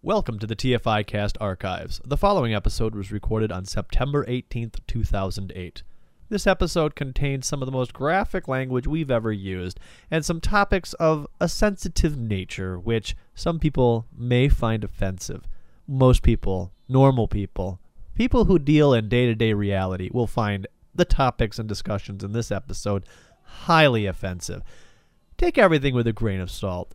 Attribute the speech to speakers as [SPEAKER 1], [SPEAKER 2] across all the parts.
[SPEAKER 1] Welcome to the TFI Cast Archives. The following episode was recorded on September 18th, 2008. This episode contains some of the most graphic language we've ever used and some topics of a sensitive nature, which some people may find offensive. Most people, normal people, people who deal in day to day reality will find the topics and discussions in this episode highly offensive. Take everything with a grain of salt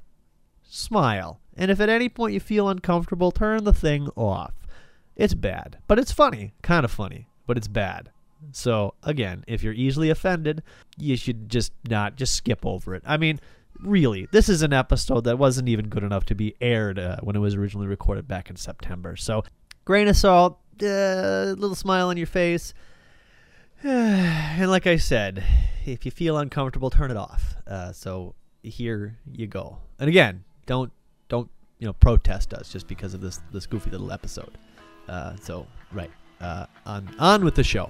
[SPEAKER 1] smile. And if at any point you feel uncomfortable, turn the thing off. It's bad, but it's funny. Kind of funny, but it's bad. So, again, if you're easily offended, you should just not, just skip over it. I mean, really, this is an episode that wasn't even good enough to be aired uh, when it was originally recorded back in September. So, grain of salt, uh, little smile on your face. and like I said, if you feel uncomfortable, turn it off. Uh, so, here you go. And again, don't don't you know protest us just because of this this goofy little episode. Uh, so right uh, on on with the show.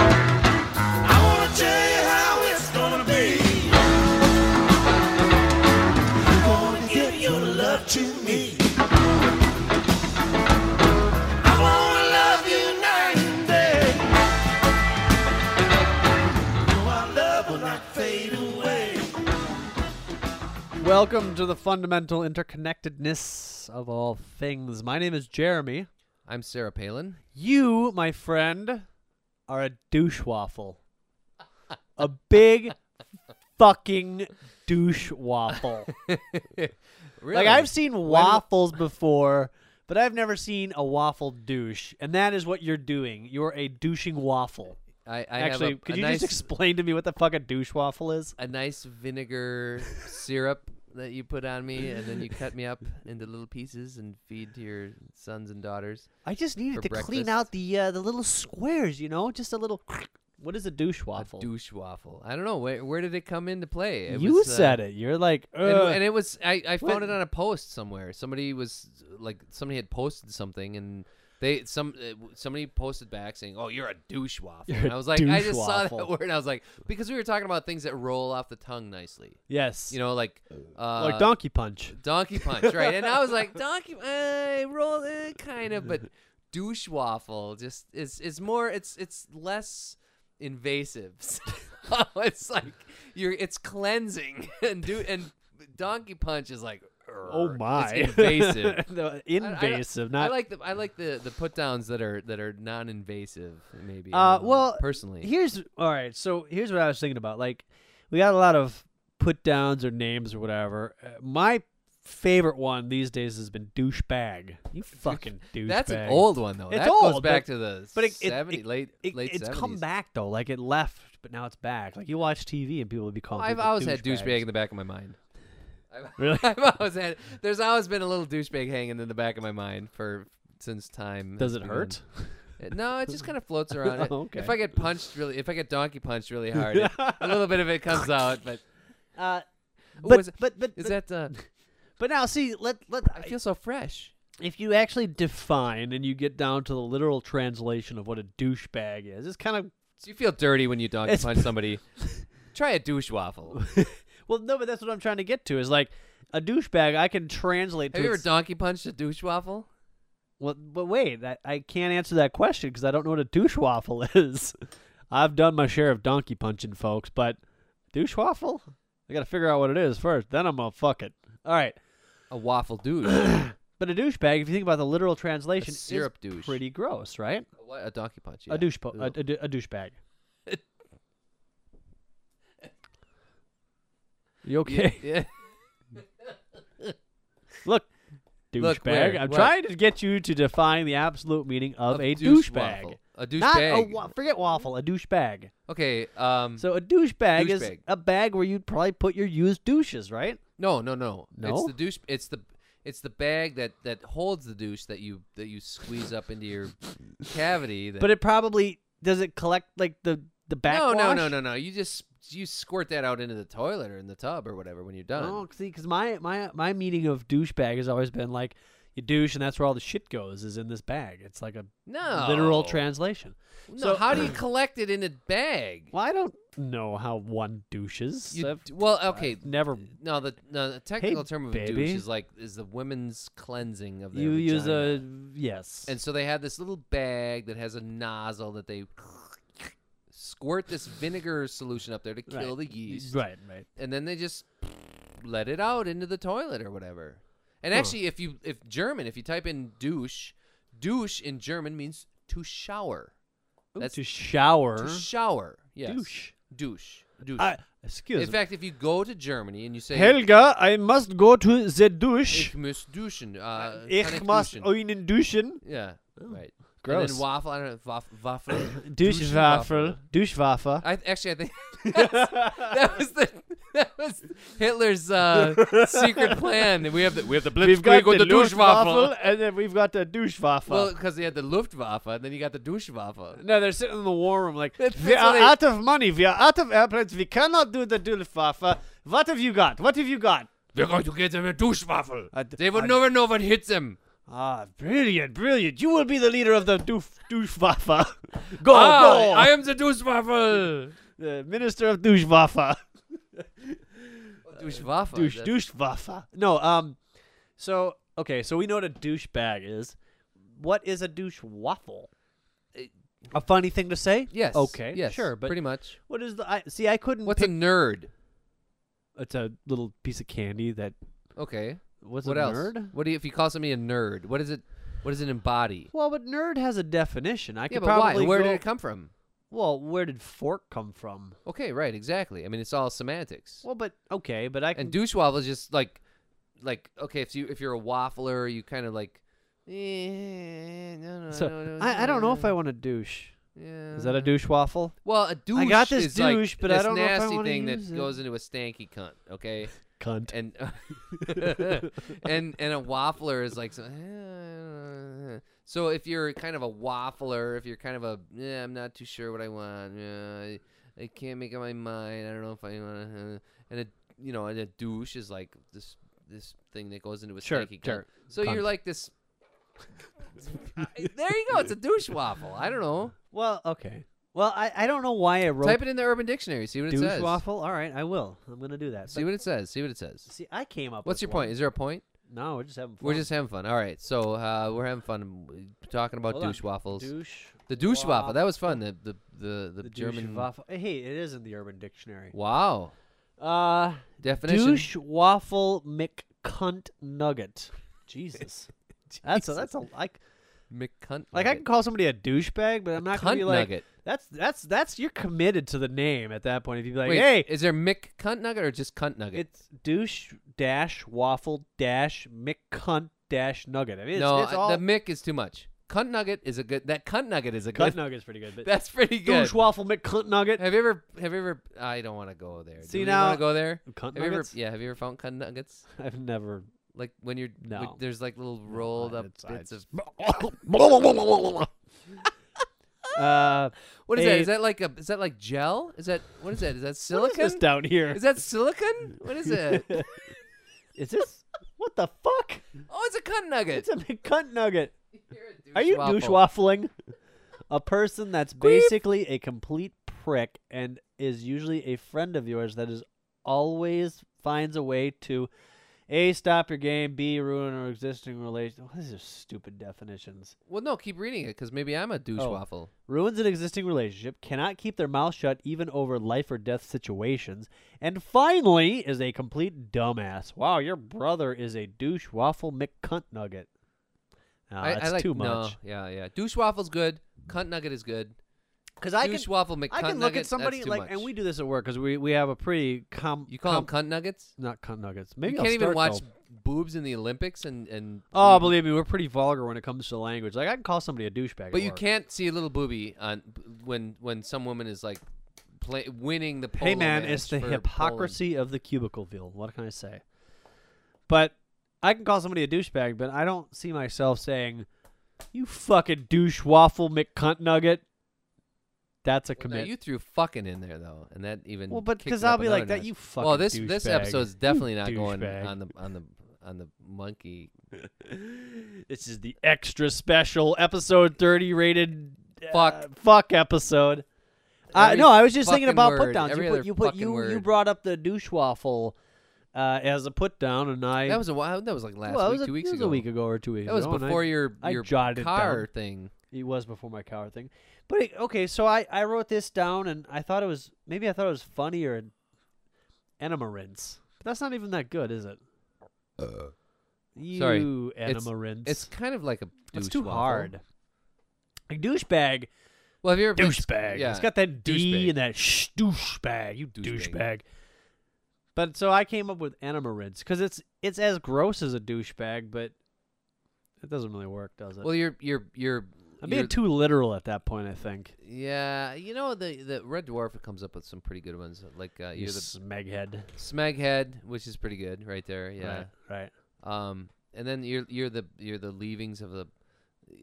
[SPEAKER 2] I wanna tell you how it's gonna be. I'm gonna give your love to me. I wanna love you night and day. No, our love will not fade away.
[SPEAKER 1] Welcome to the fundamental interconnectedness of all things. My name is Jeremy.
[SPEAKER 3] I'm Sarah Palin.
[SPEAKER 1] You, my friend, are a douchewaffle. A big fucking douchewaffle.
[SPEAKER 3] Really?
[SPEAKER 1] Like I've seen waffles before, but I've never seen a waffle douche, and that is what you're doing. You're a douching waffle.
[SPEAKER 3] I, I
[SPEAKER 1] Actually,
[SPEAKER 3] have a,
[SPEAKER 1] could
[SPEAKER 3] a
[SPEAKER 1] you
[SPEAKER 3] nice,
[SPEAKER 1] just explain to me what the fuck a douche waffle is?
[SPEAKER 3] a nice vinegar syrup that you put on me, and then you cut me up into little pieces and feed to your sons and daughters.
[SPEAKER 1] I just needed
[SPEAKER 3] For
[SPEAKER 1] to clean
[SPEAKER 3] breakfast.
[SPEAKER 1] out the uh, the little squares, you know, just a little. What is a douche waffle?
[SPEAKER 3] A douche waffle. I don't know where where did it come into play. It
[SPEAKER 1] you
[SPEAKER 3] was, uh,
[SPEAKER 1] said it. You're like,
[SPEAKER 3] And,
[SPEAKER 1] "Ugh."
[SPEAKER 3] and it was I, I
[SPEAKER 1] What?
[SPEAKER 3] found it on a post somewhere. Somebody was like somebody had posted something and they some uh, w- somebody posted back saying, "Oh, you're a douche waffle."
[SPEAKER 1] You're
[SPEAKER 3] And
[SPEAKER 1] a
[SPEAKER 3] I was like, I
[SPEAKER 1] douche
[SPEAKER 3] just saw
[SPEAKER 1] waffle.
[SPEAKER 3] that word. and I was like, because we were talking about things that roll off the tongue nicely.
[SPEAKER 1] yes,
[SPEAKER 3] You know, like uh,
[SPEAKER 1] like Donkey Punch.
[SPEAKER 3] Donkey Punch, right? And I was like, Donkey, uh, roll, uh, kind of, but douche waffle just is is more. It's it's less invasive. So it's like you're it's cleansing and do and Donkey Punch is like.
[SPEAKER 1] Oh
[SPEAKER 3] "Urgh."
[SPEAKER 1] my,
[SPEAKER 3] It's invasive.
[SPEAKER 1] The
[SPEAKER 3] I- I-
[SPEAKER 1] invasive,
[SPEAKER 3] I
[SPEAKER 1] not
[SPEAKER 3] like the I like the the put downs that are that are non-invasive. Maybe. I
[SPEAKER 1] Uh,
[SPEAKER 3] don't know,
[SPEAKER 1] well,
[SPEAKER 3] personally,
[SPEAKER 1] here's all right. So here's what I was thinking about. Like, we got a lot of put downs or names or whatever. Uh, my favorite one these days has been douchebag. You fucking douchebag.
[SPEAKER 3] that's an old one though.
[SPEAKER 1] It's
[SPEAKER 3] that
[SPEAKER 1] old,
[SPEAKER 3] goes back
[SPEAKER 1] but-
[SPEAKER 3] to the
[SPEAKER 1] but it- it-
[SPEAKER 3] 70,
[SPEAKER 1] it-
[SPEAKER 3] late
[SPEAKER 1] It,
[SPEAKER 3] late.
[SPEAKER 1] it's
[SPEAKER 3] 70s.
[SPEAKER 1] come back though. Like it left, but now it's back. Like you watch TV and people would be calling.
[SPEAKER 3] I've
[SPEAKER 1] people
[SPEAKER 3] always had
[SPEAKER 1] douchebags.
[SPEAKER 3] douchebag in the back of my mind. I've,
[SPEAKER 1] Really?
[SPEAKER 3] I've always had. There's always been a little douchebag hanging in the back of my mind for since time.
[SPEAKER 1] Does
[SPEAKER 3] has
[SPEAKER 1] it
[SPEAKER 3] begun.
[SPEAKER 1] hurt?
[SPEAKER 3] It- No, it just kind of floats around. It-
[SPEAKER 1] Oh, okay.
[SPEAKER 3] If I get punched really, if I get donkey punched really hard, it- a little bit of it comes out. But
[SPEAKER 1] Uh,
[SPEAKER 3] Ooh,
[SPEAKER 1] but,
[SPEAKER 3] is it-
[SPEAKER 1] but but
[SPEAKER 3] is
[SPEAKER 1] but-
[SPEAKER 3] that? Uh,
[SPEAKER 1] but now see let let
[SPEAKER 3] I feel so fresh.
[SPEAKER 1] if you actually define and you get down to the literal translation of what a douchebag is, it's kind of
[SPEAKER 3] Do you feel dirty when you donkey
[SPEAKER 1] It's-
[SPEAKER 3] punch somebody? Try a douche waffle.
[SPEAKER 1] Well, no, but that's what I'm trying to get to. Is like a douchebag. I can translate
[SPEAKER 3] Have
[SPEAKER 1] to.
[SPEAKER 3] you ever
[SPEAKER 1] its-
[SPEAKER 3] donkey punched a douche waffle?
[SPEAKER 1] well, but wait, I, I can't answer that question because I don't know what a douche waffle is. I've done my share of donkey punching, folks, but douche waffle. I got to figure out what it is first. Then I'm gonna fuck it. All right,
[SPEAKER 3] A waffle douche.
[SPEAKER 1] but a douchebag. If you think about the literal translation,
[SPEAKER 3] syrup
[SPEAKER 1] is
[SPEAKER 3] douche.
[SPEAKER 1] pretty gross, right?
[SPEAKER 3] what a donkey punch.
[SPEAKER 1] A
[SPEAKER 3] yeah.
[SPEAKER 1] douche, po- a,
[SPEAKER 3] Ugh.
[SPEAKER 1] a, dou- a douchebag. you okay?
[SPEAKER 3] Yeah.
[SPEAKER 1] Look,
[SPEAKER 3] Look,
[SPEAKER 1] douchebag.
[SPEAKER 3] where?
[SPEAKER 1] I'm
[SPEAKER 3] What?
[SPEAKER 1] trying to get you to define the absolute meaning of,
[SPEAKER 3] Of
[SPEAKER 1] a
[SPEAKER 3] douche
[SPEAKER 1] douchebag.
[SPEAKER 3] waffle. A
[SPEAKER 1] Not a
[SPEAKER 3] douchebag.
[SPEAKER 1] wa- forget waffle, a douchebag.
[SPEAKER 3] okay. Um.
[SPEAKER 1] So a douchebag is
[SPEAKER 3] Douchebag.
[SPEAKER 1] a bag where you'd probably put your used douches, right?
[SPEAKER 3] no, no, no. It's
[SPEAKER 1] No?
[SPEAKER 3] the douche. It's the. It's the bag that that holds the douche that you that you squeeze up into your cavity. That,
[SPEAKER 1] But it probably does it collect like the the back.
[SPEAKER 3] no, no, no, no, no. You just you squirt that out into the toilet or in the tub or whatever when you're done.
[SPEAKER 1] No, Oh, see, because my my my meaning of douchebag has always been like you douche, and that's where all the shit goes is in this bag. It's like a
[SPEAKER 3] No.
[SPEAKER 1] literal translation.
[SPEAKER 3] No,
[SPEAKER 1] so-
[SPEAKER 3] how do you collect it in a bag?
[SPEAKER 1] Well, I don't know how one douches.
[SPEAKER 3] You
[SPEAKER 1] I've
[SPEAKER 3] d- well, okay.
[SPEAKER 1] never.
[SPEAKER 3] No, the no, the technical term of douche
[SPEAKER 1] baby.
[SPEAKER 3] is like is the women's cleansing of their
[SPEAKER 1] You use
[SPEAKER 3] vagina.
[SPEAKER 1] a yes.
[SPEAKER 3] And so they have this little bag that has a nozzle that they squirt this vinegar solution up there to kill the yeast.
[SPEAKER 1] Right, right.
[SPEAKER 3] And then they just let it out into the toilet or whatever. And actually if you if German, if you type in douche, douche in German means to shower. That's-
[SPEAKER 1] to shower.
[SPEAKER 3] To shower. Yes.
[SPEAKER 1] Douche.
[SPEAKER 3] Douche. Douche.
[SPEAKER 1] I- excuse
[SPEAKER 3] in fact, if you go to Germany and you say
[SPEAKER 1] me. Helga, I must go to the douche.
[SPEAKER 3] Ich muss duschen. Uh, kann
[SPEAKER 1] Ich
[SPEAKER 3] ich
[SPEAKER 1] must
[SPEAKER 3] duschen?
[SPEAKER 1] einen duschen.
[SPEAKER 3] Yeah, right. And
[SPEAKER 1] Oh, gross.
[SPEAKER 3] then waffle. I don't know. Waff, waffle.
[SPEAKER 1] Douchewaffel. Douchewaffe.
[SPEAKER 3] I actually, I think that was the that was Hitler's uh, secret plan. And we have the we have the
[SPEAKER 1] We've got
[SPEAKER 3] blitzkrieg with
[SPEAKER 1] the
[SPEAKER 3] the,
[SPEAKER 1] douchewaffe,
[SPEAKER 3] Duschwaffe.
[SPEAKER 1] and then we've got the douchewaffe.
[SPEAKER 3] Well, because he had the Luftwaffe, and then you got the Duschwaffe.
[SPEAKER 1] no, they're sitting in the war room like,
[SPEAKER 3] That's-
[SPEAKER 1] we
[SPEAKER 3] that's
[SPEAKER 1] are
[SPEAKER 3] what I-
[SPEAKER 1] out of money, we are out of airplanes, we cannot do the douchewaffe. What have you got? What have you got?
[SPEAKER 3] We're going to get them a Duschwaffe.
[SPEAKER 1] A d-
[SPEAKER 3] they
[SPEAKER 1] a-
[SPEAKER 3] will never know what hits them.
[SPEAKER 1] Ah, brilliant, brilliant. You will be the leader of the doof, douchewaffe. go, go.
[SPEAKER 3] Ah, I am the Duschwaffe.
[SPEAKER 1] the minister of douchewaffe.
[SPEAKER 3] Duschwaffe.
[SPEAKER 1] douche,
[SPEAKER 3] that-
[SPEAKER 1] douchewaffe. No, um, so, okay, so we know what a douchebag is. What is a douche waffle? A funny thing to say?
[SPEAKER 3] Yes.
[SPEAKER 1] Okay.
[SPEAKER 3] Yes.
[SPEAKER 1] Sure. But
[SPEAKER 3] pretty much.
[SPEAKER 1] what is the? I see. I couldn't.
[SPEAKER 3] What's a
[SPEAKER 1] pick,
[SPEAKER 3] nerd?
[SPEAKER 1] It's a little piece of candy that.
[SPEAKER 3] Okay.
[SPEAKER 1] What's
[SPEAKER 3] what
[SPEAKER 1] a
[SPEAKER 3] else?
[SPEAKER 1] nerd?
[SPEAKER 3] What do you, if you call somebody a nerd? What is it? What does it embody?
[SPEAKER 1] Well, but nerd has a definition. I
[SPEAKER 3] yeah,
[SPEAKER 1] could
[SPEAKER 3] but
[SPEAKER 1] probably
[SPEAKER 3] why? Where
[SPEAKER 1] go-
[SPEAKER 3] did it come from?
[SPEAKER 1] Well, where did fork come from?
[SPEAKER 3] Okay, right, exactly. I mean, it's all semantics.
[SPEAKER 1] Well, but okay, but I can.
[SPEAKER 3] and douche waffle is just like, like okay, if you if you're a waffler, you kind of like. Eh, no, no,
[SPEAKER 1] so
[SPEAKER 3] no, no,
[SPEAKER 1] I, I don't know if I
[SPEAKER 3] no,
[SPEAKER 1] want to douche.
[SPEAKER 3] Yeah.
[SPEAKER 1] Is that a douche waffle?
[SPEAKER 3] Well, a douche.
[SPEAKER 1] got this
[SPEAKER 3] is like
[SPEAKER 1] douche, but I
[SPEAKER 3] this
[SPEAKER 1] don't know if I
[SPEAKER 3] nasty
[SPEAKER 1] wanna
[SPEAKER 3] thing
[SPEAKER 1] use
[SPEAKER 3] that
[SPEAKER 1] it.
[SPEAKER 3] goes into a stanky cunt. Okay,
[SPEAKER 1] Cunt.
[SPEAKER 3] and and and a waffler is like so, so if you're kind of a waffler if you're kind of a yeah i'm not too sure what i want yeah, I, I can't make up my mind i don't know if i want to and a you know and a douche is like this this thing that goes into a
[SPEAKER 1] Sure,
[SPEAKER 3] stanky cunt.
[SPEAKER 1] sure.
[SPEAKER 3] so
[SPEAKER 1] Cunt.
[SPEAKER 3] you're like this there you go it's a douche waffle i don't know
[SPEAKER 1] Well, okay. Well, I, I don't know why I wrote
[SPEAKER 3] type it in the urban dictionary see what it
[SPEAKER 1] douche
[SPEAKER 3] says
[SPEAKER 1] waffle. All right, I will. I'm gonna do that.
[SPEAKER 3] see
[SPEAKER 1] But-
[SPEAKER 3] what it says see what it says
[SPEAKER 1] see, I came up.
[SPEAKER 3] what's
[SPEAKER 1] with
[SPEAKER 3] your
[SPEAKER 1] one.
[SPEAKER 3] point is there a point
[SPEAKER 1] No, we're just having fun.
[SPEAKER 3] We're just having fun. All right, so uh, we're having fun um, talking about
[SPEAKER 1] Hold on.
[SPEAKER 3] douche waffles.
[SPEAKER 1] douche.
[SPEAKER 3] the douche waffle.
[SPEAKER 1] waffle.
[SPEAKER 3] That was fun. The the the, the,
[SPEAKER 1] The
[SPEAKER 3] German.
[SPEAKER 1] douche waffle. Hey, it is in the Urban Dictionary.
[SPEAKER 3] Wow.
[SPEAKER 1] Uh,
[SPEAKER 3] Definition.
[SPEAKER 1] douche waffle McCunt nugget. Jesus, that's a, that's a like
[SPEAKER 3] McCunt.
[SPEAKER 1] like I can call somebody a douchebag, but I'm not gonna
[SPEAKER 3] cunt
[SPEAKER 1] be like
[SPEAKER 3] nugget.
[SPEAKER 1] that's that's that's you're committed to the name at that point. If you be like,
[SPEAKER 3] Wait,
[SPEAKER 1] hey,
[SPEAKER 3] is there Mick cunt nugget or just cunt nugget?
[SPEAKER 1] It's douche dash waffle dash McCunt dash nugget. I mean, it's,
[SPEAKER 3] no,
[SPEAKER 1] it's
[SPEAKER 3] I-
[SPEAKER 1] all
[SPEAKER 3] the Mick is too much. Cunt nugget is a good. That cunt nugget is a
[SPEAKER 1] cunt
[SPEAKER 3] good.
[SPEAKER 1] nugget's pretty good, but
[SPEAKER 3] That's pretty good.
[SPEAKER 1] douche waffle McCunt nugget.
[SPEAKER 3] have you ever? Have you ever? I don't want to go there.
[SPEAKER 1] See,
[SPEAKER 3] Do you
[SPEAKER 1] now-
[SPEAKER 3] want to go there?
[SPEAKER 1] Cunt
[SPEAKER 3] have you ever,
[SPEAKER 1] nuggets?
[SPEAKER 3] yeah. Have you ever found cunt nuggets?
[SPEAKER 1] I've never.
[SPEAKER 3] Like when you're when
[SPEAKER 1] No.
[SPEAKER 3] there's like little rolled up
[SPEAKER 1] it's- I
[SPEAKER 3] bits of
[SPEAKER 1] just- uh,
[SPEAKER 3] What is that?
[SPEAKER 1] Hey.
[SPEAKER 3] Is that like a? Is that like gel? Is that what is that? Is that
[SPEAKER 1] what
[SPEAKER 3] silicon?
[SPEAKER 1] is this down here?
[SPEAKER 3] Is that silicon? What is it? uh,
[SPEAKER 1] Is this what the fuck?
[SPEAKER 3] oh, it's a cunt nugget.
[SPEAKER 1] It's a McCunt nugget.
[SPEAKER 3] You're a
[SPEAKER 1] Are you
[SPEAKER 3] douche
[SPEAKER 1] douche
[SPEAKER 3] waffle.
[SPEAKER 1] waffling? A person that's basically a complete prick and is usually a friend of yours that is always finds a way to A stop your game, B ruin our existing relation. Oh, these are stupid definitions.
[SPEAKER 3] Well, no, keep reading it because maybe I'm a douche
[SPEAKER 1] Oh.
[SPEAKER 3] waffle.
[SPEAKER 1] Ruins an existing relationship, cannot keep their mouth shut even over life or death situations, and finally is a complete dumbass. Wow, your brother is a douche waffle McCunt nugget.
[SPEAKER 3] I, I
[SPEAKER 1] that's
[SPEAKER 3] like
[SPEAKER 1] too
[SPEAKER 3] no,
[SPEAKER 1] much.
[SPEAKER 3] yeah, yeah. Douche waffle's good. Cunt nugget is good.
[SPEAKER 1] Because I can,
[SPEAKER 3] Douchewaffle McCunt
[SPEAKER 1] I can look at somebody like, and we do this at work because we, we have a pretty com.
[SPEAKER 3] you call
[SPEAKER 1] com-
[SPEAKER 3] them cunt nuggets.
[SPEAKER 1] not cunt nuggets. Maybe
[SPEAKER 3] you
[SPEAKER 1] I'll
[SPEAKER 3] can't even
[SPEAKER 1] start,
[SPEAKER 3] watch
[SPEAKER 1] though.
[SPEAKER 3] boobs in the Olympics and and.
[SPEAKER 1] Oh, believe me, we're pretty vulgar when it comes to language. Like I can call somebody a douchebag. at
[SPEAKER 3] But you
[SPEAKER 1] work.
[SPEAKER 3] can't see a little booby on when when some woman is like play, winning the polo
[SPEAKER 1] Hey man, it's
[SPEAKER 3] match
[SPEAKER 1] the
[SPEAKER 3] for Poland.
[SPEAKER 1] hypocrisy of the cubicleville. What can I say? But I can call somebody a douchebag, but I don't see myself saying, "You fucking douche waffle McCunt nugget." That's a
[SPEAKER 3] Now,
[SPEAKER 1] commit.
[SPEAKER 3] you threw fucking in there though, and that even
[SPEAKER 1] well, but
[SPEAKER 3] kicked
[SPEAKER 1] because
[SPEAKER 3] it up
[SPEAKER 1] I'll be
[SPEAKER 3] another
[SPEAKER 1] like that,
[SPEAKER 3] notch.
[SPEAKER 1] you fucking.
[SPEAKER 3] Well, this this
[SPEAKER 1] douchebag.
[SPEAKER 3] episode's
[SPEAKER 1] You
[SPEAKER 3] definitely not going
[SPEAKER 1] douchebag."
[SPEAKER 3] on the on the on the monkey
[SPEAKER 1] This is the extra special episode thirty rated
[SPEAKER 3] Fuck.
[SPEAKER 1] uh, fuck episode. I
[SPEAKER 3] Every
[SPEAKER 1] no, I was just thinking
[SPEAKER 3] fucking
[SPEAKER 1] about
[SPEAKER 3] word,
[SPEAKER 1] put downs.
[SPEAKER 3] every
[SPEAKER 1] You put
[SPEAKER 3] other
[SPEAKER 1] you put
[SPEAKER 3] fucking
[SPEAKER 1] you, you
[SPEAKER 3] word.
[SPEAKER 1] brought up the douche waffle uh, as a put down, and I
[SPEAKER 3] That was a while. That was like last
[SPEAKER 1] well, it
[SPEAKER 3] week,
[SPEAKER 1] was a,
[SPEAKER 3] two weeks
[SPEAKER 1] it was
[SPEAKER 3] ago.
[SPEAKER 1] a week ago or two weeks
[SPEAKER 3] That was
[SPEAKER 1] ago. and I-
[SPEAKER 3] before your
[SPEAKER 1] I
[SPEAKER 3] your
[SPEAKER 1] jotted it
[SPEAKER 3] car
[SPEAKER 1] down.
[SPEAKER 3] thing.
[SPEAKER 1] It was before my coward thing. But it, okay, so I, I wrote this down and I thought it was maybe I thought it was funnier and enamarints. But that's not even that good, is it? You
[SPEAKER 3] Sorry. It's-
[SPEAKER 1] enamarints.
[SPEAKER 3] It's kind of like a.
[SPEAKER 1] It's
[SPEAKER 3] douche
[SPEAKER 1] too
[SPEAKER 3] waffle.
[SPEAKER 1] hard. Like douchebag,
[SPEAKER 3] Well, have you ever been-
[SPEAKER 1] douchebag.
[SPEAKER 3] Yeah,
[SPEAKER 1] It's got that D
[SPEAKER 3] Douchebag.
[SPEAKER 1] and that sh douchebag. You
[SPEAKER 3] Douchebag.
[SPEAKER 1] douchebag. But so I came up with enamarints because it's it's as gross as a douchebag, but it doesn't really work, does it?
[SPEAKER 3] Well, you're you're you're.
[SPEAKER 1] I'm being
[SPEAKER 3] you're-
[SPEAKER 1] too literal at that point, I think.
[SPEAKER 3] Yeah, you know the the Red Dwarf comes up with some pretty good ones. Like uh,
[SPEAKER 1] You
[SPEAKER 3] you're the
[SPEAKER 1] smeghead.
[SPEAKER 3] Smeghead, which is pretty good right there. Yeah.
[SPEAKER 1] Right. right.
[SPEAKER 3] Um, and then you're you're the you're the leavings of the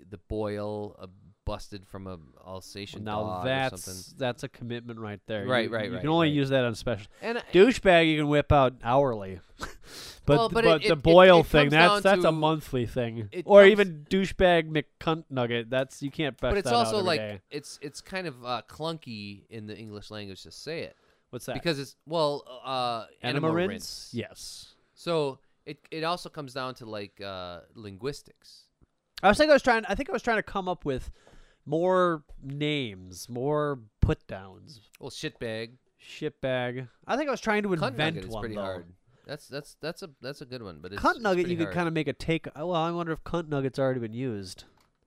[SPEAKER 3] the boil uh, busted from a Alsatian
[SPEAKER 1] now
[SPEAKER 3] dog or
[SPEAKER 1] that's
[SPEAKER 3] something.
[SPEAKER 1] that's a commitment right there.
[SPEAKER 3] Right,
[SPEAKER 1] You-
[SPEAKER 3] right,
[SPEAKER 1] You
[SPEAKER 3] right,
[SPEAKER 1] can only
[SPEAKER 3] right.
[SPEAKER 1] use that on special
[SPEAKER 3] And I-
[SPEAKER 1] douchebag. You can whip out hourly, but
[SPEAKER 3] Well,
[SPEAKER 1] th-
[SPEAKER 3] but
[SPEAKER 1] but,
[SPEAKER 3] it- it-
[SPEAKER 1] the
[SPEAKER 3] it-
[SPEAKER 1] boil
[SPEAKER 3] it
[SPEAKER 1] thing
[SPEAKER 3] comes
[SPEAKER 1] that's
[SPEAKER 3] down
[SPEAKER 1] that's
[SPEAKER 3] to-
[SPEAKER 1] a monthly thing,
[SPEAKER 3] it
[SPEAKER 1] or
[SPEAKER 3] comes-
[SPEAKER 1] even douchebag McCunt nugget. That's you can't. Best
[SPEAKER 3] but it's
[SPEAKER 1] that out
[SPEAKER 3] also
[SPEAKER 1] every
[SPEAKER 3] like
[SPEAKER 1] day.
[SPEAKER 3] it's it's kind of uh, clunky in the English language to say it
[SPEAKER 1] what's that?
[SPEAKER 3] because it's well uh, animal
[SPEAKER 1] Animarints?
[SPEAKER 3] rinse.
[SPEAKER 1] Yes.
[SPEAKER 3] So it it also comes down to like uh, linguistics.
[SPEAKER 1] I was thinking I was trying. I think I was trying to come up with more names, more put downs.
[SPEAKER 3] Well, shitbag,
[SPEAKER 1] Shitbag. I think I was trying to
[SPEAKER 3] cunt
[SPEAKER 1] invent
[SPEAKER 3] nugget is
[SPEAKER 1] one
[SPEAKER 3] pretty
[SPEAKER 1] though.
[SPEAKER 3] hard. That's that's that's a that's a good one, but it's
[SPEAKER 1] cunt nugget you could kind of make a take oh, well i wonder if cunt nugget's already been used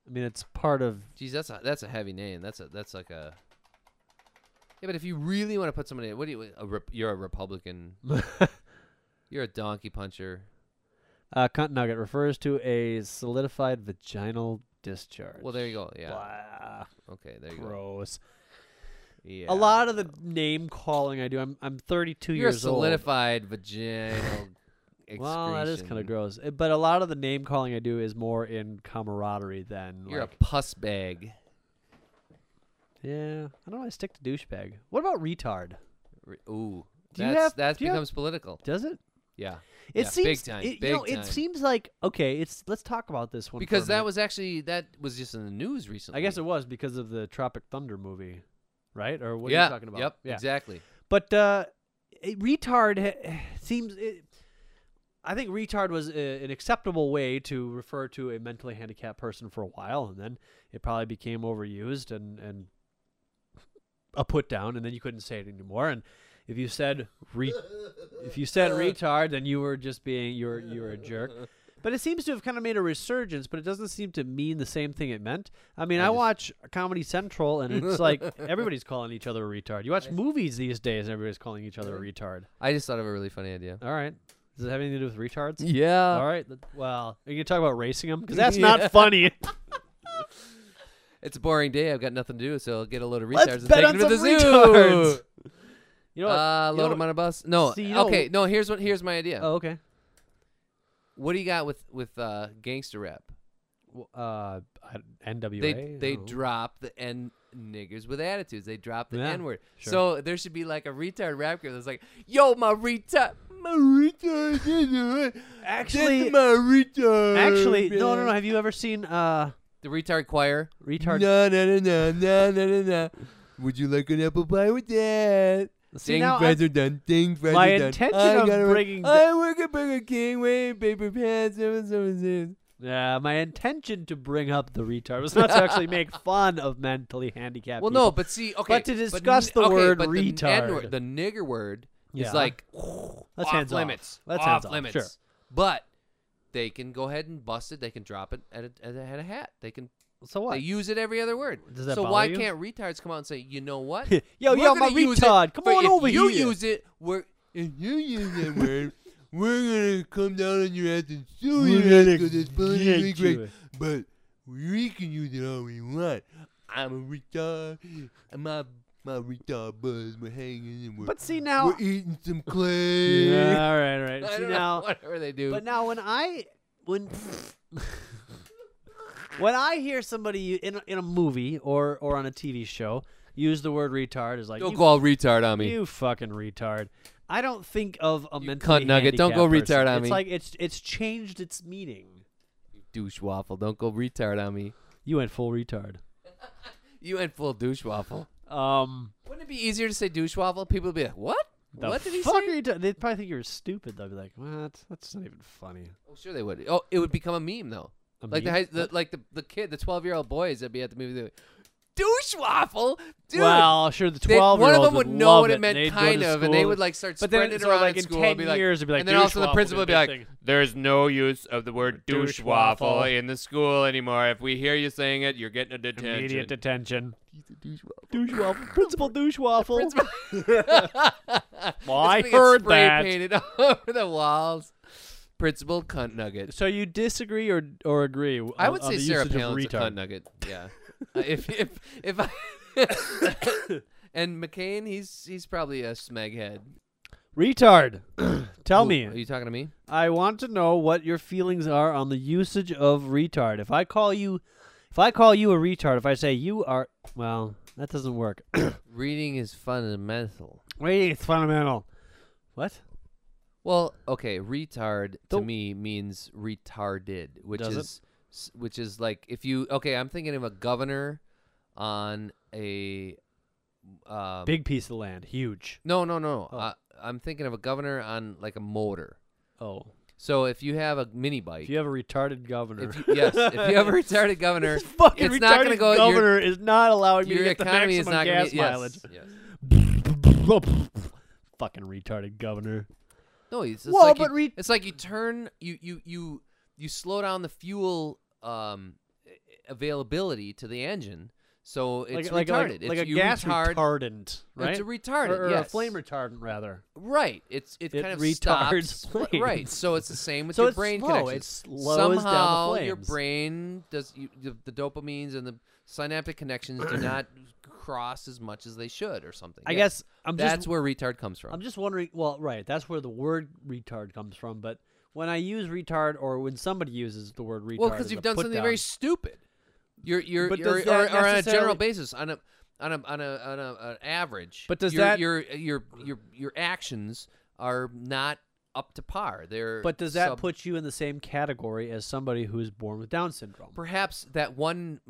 [SPEAKER 1] i mean it's part of
[SPEAKER 3] Geez, that's a, that's a heavy name. That's a that's like a. Yeah, but if you really want to put somebody, what do you? A, rep- you're a Republican. You're a donkey puncher.
[SPEAKER 1] uh, cunt nugget refers to a solidified vaginal discharge
[SPEAKER 3] Well, there you go. Yeah.
[SPEAKER 1] Blah,
[SPEAKER 3] Okay, there you go.
[SPEAKER 1] gross
[SPEAKER 3] Yeah.
[SPEAKER 1] a lot of the name calling i do i'm, I'm 32
[SPEAKER 3] You're a
[SPEAKER 1] years
[SPEAKER 3] solidified vaginal.
[SPEAKER 1] old well that is kind of
[SPEAKER 3] excretion.
[SPEAKER 1] gross Uh, but a lot of the name calling i do is more in camaraderie than
[SPEAKER 3] You're
[SPEAKER 1] like
[SPEAKER 3] a puss bag.
[SPEAKER 1] yeah i don't know i stick to douchebag what about retard
[SPEAKER 3] Re- Ooh.
[SPEAKER 1] Do you
[SPEAKER 3] That's,
[SPEAKER 1] have-
[SPEAKER 3] that
[SPEAKER 1] do you have-
[SPEAKER 3] becomes political.
[SPEAKER 1] does it
[SPEAKER 3] Yeah.
[SPEAKER 1] it
[SPEAKER 3] Yeah,
[SPEAKER 1] seems
[SPEAKER 3] big time.
[SPEAKER 1] it,
[SPEAKER 3] big
[SPEAKER 1] you know,
[SPEAKER 3] time.
[SPEAKER 1] it seems like okay it's let's talk about this one for
[SPEAKER 3] because
[SPEAKER 1] a
[SPEAKER 3] that
[SPEAKER 1] minute.
[SPEAKER 3] was actually that was just in the news recently.
[SPEAKER 1] I guess it was because of the Tropic Thunder movie, right? Or what
[SPEAKER 3] yeah.
[SPEAKER 1] are you talking about?
[SPEAKER 3] Yep.
[SPEAKER 1] Yeah.
[SPEAKER 3] Exactly.
[SPEAKER 1] But uh, it, retard ha- seems. It, I think retard was a, an acceptable way to refer to a mentally handicapped person for a while, and then it probably became overused and and a put down, and then you couldn't say it anymore. And if you said re- if you said retard, then you were just being you were you were a jerk. But it seems to have kind of made a resurgence, but it doesn't seem to mean the same thing it meant. I mean, I,
[SPEAKER 3] just-
[SPEAKER 1] watch Comedy Central, and it's like everybody's calling each other a retard. You watch movies these days, and everybody's calling each other a retard.
[SPEAKER 3] I just thought of a really funny idea.
[SPEAKER 1] All right, does it have anything to do with retards?
[SPEAKER 3] Yeah.
[SPEAKER 1] All right. th- Well, are you gonna talk about racing them? Because that's not funny.
[SPEAKER 3] It's a boring day. I've got nothing to do, so I'll get a load of retards
[SPEAKER 1] Let's
[SPEAKER 3] and
[SPEAKER 1] bet
[SPEAKER 3] take
[SPEAKER 1] on
[SPEAKER 3] them to
[SPEAKER 1] some
[SPEAKER 3] the
[SPEAKER 1] retards.
[SPEAKER 3] zoo.
[SPEAKER 1] You know what?
[SPEAKER 3] Uh,
[SPEAKER 1] you
[SPEAKER 3] load
[SPEAKER 1] know
[SPEAKER 3] them
[SPEAKER 1] what-
[SPEAKER 3] on a bus. No.
[SPEAKER 1] See, you know
[SPEAKER 3] okay. No. Here's what. Here's my idea.
[SPEAKER 1] Oh, okay.
[SPEAKER 3] What do you got with with uh, gangster rap?
[SPEAKER 1] Well, Uh, I- NWA.
[SPEAKER 3] They
[SPEAKER 1] I
[SPEAKER 3] they
[SPEAKER 1] don't know.
[SPEAKER 3] drop the n niggers with attitudes. They drop the
[SPEAKER 1] Yeah,
[SPEAKER 3] n word.
[SPEAKER 1] sure.
[SPEAKER 3] So there should be like a retard rap group that's like, "Yo, my retard, my retard, you know it. This
[SPEAKER 1] Actually-
[SPEAKER 3] is my retard."
[SPEAKER 1] Actually, no, no, no.
[SPEAKER 3] man."
[SPEAKER 1] Have you ever seen uh,
[SPEAKER 3] The retard choir.
[SPEAKER 1] retard?
[SPEAKER 3] No, no, no, no, no, no, no. Would you like an apple pie with that?
[SPEAKER 1] See,
[SPEAKER 3] Ding,
[SPEAKER 1] now I'm-
[SPEAKER 3] fries are done. Ding, fries
[SPEAKER 1] My
[SPEAKER 3] are done.
[SPEAKER 1] intention
[SPEAKER 3] I
[SPEAKER 1] of
[SPEAKER 3] gotta work-
[SPEAKER 1] bringing the-
[SPEAKER 3] I work at Burger King. Wait, paper pants. Seven, seven, seven.
[SPEAKER 1] Yeah, my intention to bring up the retard was not to actually make fun of mentally handicapped.
[SPEAKER 3] Well,
[SPEAKER 1] people.
[SPEAKER 3] no, but see, okay.
[SPEAKER 1] But to discuss
[SPEAKER 3] n-
[SPEAKER 1] the
[SPEAKER 3] okay,
[SPEAKER 1] word
[SPEAKER 3] but the
[SPEAKER 1] retard.
[SPEAKER 3] N-word- The, nigger word
[SPEAKER 1] Yeah.
[SPEAKER 3] is like
[SPEAKER 1] That's
[SPEAKER 3] off
[SPEAKER 1] hands off.
[SPEAKER 3] limits.
[SPEAKER 1] That's
[SPEAKER 3] off
[SPEAKER 1] hands off,
[SPEAKER 3] limits.
[SPEAKER 1] sure.
[SPEAKER 3] But they can go ahead and bust it. They can drop it at a, at a, at a hat. They can
[SPEAKER 1] So what?
[SPEAKER 3] They use it every other word.
[SPEAKER 1] Does that
[SPEAKER 3] so
[SPEAKER 1] bother
[SPEAKER 3] why
[SPEAKER 1] you?
[SPEAKER 3] can't retards come out and say, you know what?
[SPEAKER 1] Yo, yo,
[SPEAKER 3] gonna
[SPEAKER 1] my
[SPEAKER 3] use it,
[SPEAKER 1] retard, come
[SPEAKER 3] but
[SPEAKER 1] on
[SPEAKER 3] if
[SPEAKER 1] over
[SPEAKER 3] you
[SPEAKER 1] here."
[SPEAKER 3] use it, we're if you use that word, we're gonna come down on your ass and sue
[SPEAKER 1] We're
[SPEAKER 3] your
[SPEAKER 1] gonna
[SPEAKER 3] ass 'cause it's
[SPEAKER 1] get
[SPEAKER 3] politically
[SPEAKER 1] you.
[SPEAKER 3] correct. But we can use it all we want. I'm a retard. and My my retard buzz, we're hanging and we're,
[SPEAKER 1] But see now,
[SPEAKER 3] we're eating some clay.
[SPEAKER 1] yeah, all right, all right.
[SPEAKER 3] I
[SPEAKER 1] See
[SPEAKER 3] don't know,
[SPEAKER 1] now,
[SPEAKER 3] whatever they do.
[SPEAKER 1] But now when I when when I hear somebody u- in a, in a movie or or on a TV show use the word retard is like
[SPEAKER 3] don't
[SPEAKER 1] you,
[SPEAKER 3] go all retard on me.
[SPEAKER 1] you fucking retard. I don't think of a
[SPEAKER 3] You
[SPEAKER 1] mentally
[SPEAKER 3] cunt nugget, don't go
[SPEAKER 1] handicapped person.
[SPEAKER 3] retard on
[SPEAKER 1] It's
[SPEAKER 3] me.
[SPEAKER 1] like it's it's changed its meaning.
[SPEAKER 3] douche waffle. Don't go retard on me.
[SPEAKER 1] You went full retard.
[SPEAKER 3] You went full douche waffle.
[SPEAKER 1] Um,
[SPEAKER 3] Wouldn't it be easier to say douche waffle? People would be like, what?
[SPEAKER 1] the
[SPEAKER 3] what did he
[SPEAKER 1] fuck
[SPEAKER 3] say?
[SPEAKER 1] Are you do- They'd probably think you were stupid. They'd be like, "What? That's not even funny."
[SPEAKER 3] oh, sure they would. Oh, it would become a meme though.
[SPEAKER 1] A
[SPEAKER 3] like
[SPEAKER 1] meme?
[SPEAKER 3] the, high, the like the, the kid, the twelve year old boys that'd be at the movie. they'd be, Douche waffle, dude.
[SPEAKER 1] well, sure, the
[SPEAKER 3] They-
[SPEAKER 1] twelve
[SPEAKER 3] one of them would know what it, meant, kind of, and they would like start
[SPEAKER 1] But
[SPEAKER 3] spreading
[SPEAKER 1] then-
[SPEAKER 3] it
[SPEAKER 1] so,
[SPEAKER 3] around
[SPEAKER 1] like,
[SPEAKER 3] at
[SPEAKER 1] in
[SPEAKER 3] school.
[SPEAKER 1] 10
[SPEAKER 3] be like,
[SPEAKER 1] years, it'd be like,
[SPEAKER 3] and then
[SPEAKER 1] "Douche
[SPEAKER 3] also the
[SPEAKER 1] waffle"
[SPEAKER 3] principal would
[SPEAKER 1] would
[SPEAKER 3] be
[SPEAKER 1] be a
[SPEAKER 3] like,
[SPEAKER 1] big thing.
[SPEAKER 3] "There's no use of the word
[SPEAKER 1] Douche
[SPEAKER 3] douche waffle
[SPEAKER 1] waffle.
[SPEAKER 3] in the school anymore. If we hear you saying it, you're getting a detention."
[SPEAKER 1] immediate detention. douche waffle. Principal douche waffle. well, I
[SPEAKER 3] It's gonna get
[SPEAKER 1] heard
[SPEAKER 3] spray
[SPEAKER 1] that.
[SPEAKER 3] painted over the walls. Principal cunt nugget.
[SPEAKER 1] So you disagree or or agree? w-
[SPEAKER 3] I would
[SPEAKER 1] on
[SPEAKER 3] say
[SPEAKER 1] Oh, the
[SPEAKER 3] Sarah
[SPEAKER 1] usage of
[SPEAKER 3] Palin's a cunt
[SPEAKER 1] retard.
[SPEAKER 3] nugget. Yeah. Uh, if if if I and McCain, he's he's probably a smeghead.
[SPEAKER 1] Retard. Tell
[SPEAKER 3] Ooh, Are
[SPEAKER 1] me.
[SPEAKER 3] you talking to me?
[SPEAKER 1] I want to know what your feelings are on the usage of retard. If I call you, if I call you a retard, if I say you are, well, that doesn't work.
[SPEAKER 3] Reading is fundamental.
[SPEAKER 1] Wait, it's fundamental. What?
[SPEAKER 3] Well, okay, retard to
[SPEAKER 1] Don't-
[SPEAKER 3] me means retarded, which
[SPEAKER 1] Does it?
[SPEAKER 3] is s which is like if you okay, I'm thinking of a governor on a um,
[SPEAKER 1] Big piece of land, huge.
[SPEAKER 3] No, no, no.
[SPEAKER 1] Oh.
[SPEAKER 3] Uh, I'm thinking of a governor on like a motor.
[SPEAKER 1] Oh,
[SPEAKER 3] So if you have a mini bike,
[SPEAKER 1] if you have a retarded governor,
[SPEAKER 3] if you- yes, if you have a retarded governor,
[SPEAKER 1] This fucking
[SPEAKER 3] it's
[SPEAKER 1] retarded
[SPEAKER 3] not gonna go. your-
[SPEAKER 1] governor is not allowing me
[SPEAKER 3] your
[SPEAKER 1] to get the
[SPEAKER 3] economy is
[SPEAKER 1] maximum
[SPEAKER 3] not
[SPEAKER 1] gas
[SPEAKER 3] gonna be, yes,
[SPEAKER 1] mileage.
[SPEAKER 3] Yes,
[SPEAKER 1] Fucking retarded governor.
[SPEAKER 3] No, it's, it's
[SPEAKER 1] Well,
[SPEAKER 3] like
[SPEAKER 1] but
[SPEAKER 3] you,
[SPEAKER 1] re-
[SPEAKER 3] it's like you turn you you you you slow down the fuel um a- availability to the engine, so it's
[SPEAKER 1] like,
[SPEAKER 3] retarded.
[SPEAKER 1] Like,
[SPEAKER 3] it's,
[SPEAKER 1] like a
[SPEAKER 3] you
[SPEAKER 1] gas
[SPEAKER 3] retard,
[SPEAKER 1] retardant, right?
[SPEAKER 3] It's a retarded.
[SPEAKER 1] Or, or
[SPEAKER 3] yes.
[SPEAKER 1] a flame retardant, rather.
[SPEAKER 3] Right. It's it,
[SPEAKER 1] It
[SPEAKER 3] kind of
[SPEAKER 1] retards
[SPEAKER 3] stops. but-
[SPEAKER 1] flames.
[SPEAKER 3] Right. So it's the same with
[SPEAKER 1] So
[SPEAKER 3] your
[SPEAKER 1] it's
[SPEAKER 3] brain
[SPEAKER 1] slow, it
[SPEAKER 3] connections.
[SPEAKER 1] slows down the
[SPEAKER 3] Somehow your
[SPEAKER 1] flames.
[SPEAKER 3] brain does you, the, the dopamines and the synaptic connections do not cross as much as they should, or something.
[SPEAKER 1] I
[SPEAKER 3] Yeah.
[SPEAKER 1] guess I'm
[SPEAKER 3] that's
[SPEAKER 1] just
[SPEAKER 3] where retard comes from.
[SPEAKER 1] I'm just wondering. Well, right, that's where the word retard comes from. But when I use retard, or when somebody uses the word retard,
[SPEAKER 3] well,
[SPEAKER 1] because
[SPEAKER 3] because you've done something very stupid. You're you're,
[SPEAKER 1] But
[SPEAKER 3] you're
[SPEAKER 1] does
[SPEAKER 3] or,
[SPEAKER 1] that
[SPEAKER 3] or on a general
[SPEAKER 1] necessarily-
[SPEAKER 3] basis on a on a on a on a an average.
[SPEAKER 1] But does
[SPEAKER 3] your,
[SPEAKER 1] that-
[SPEAKER 3] your your your your actions are not up to par? They're
[SPEAKER 1] But does that
[SPEAKER 3] sub-
[SPEAKER 1] put you in the same category as somebody who is born with Down syndrome?
[SPEAKER 3] perhaps that one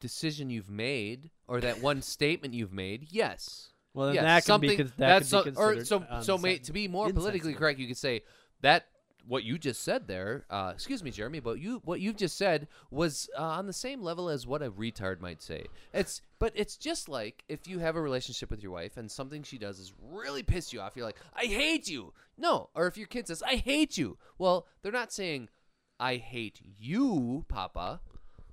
[SPEAKER 3] decision you've made or that one statement you've made yes
[SPEAKER 1] Well, then
[SPEAKER 3] yes,
[SPEAKER 1] that can be
[SPEAKER 3] something
[SPEAKER 1] cons- that
[SPEAKER 3] that's
[SPEAKER 1] can be
[SPEAKER 3] so- or
[SPEAKER 1] considered
[SPEAKER 3] so so may,
[SPEAKER 1] unsen-
[SPEAKER 3] to be more politically
[SPEAKER 1] insensitive.
[SPEAKER 3] correct you could say that what you just said there uh, excuse me jeremy but you what you've just said was uh, on the same level as what a retard might say it's but it's just like if you have a relationship with your wife and something she does is really piss you off you're like i hate you no or if your kid says i hate you well they're not saying I hate you, Papa.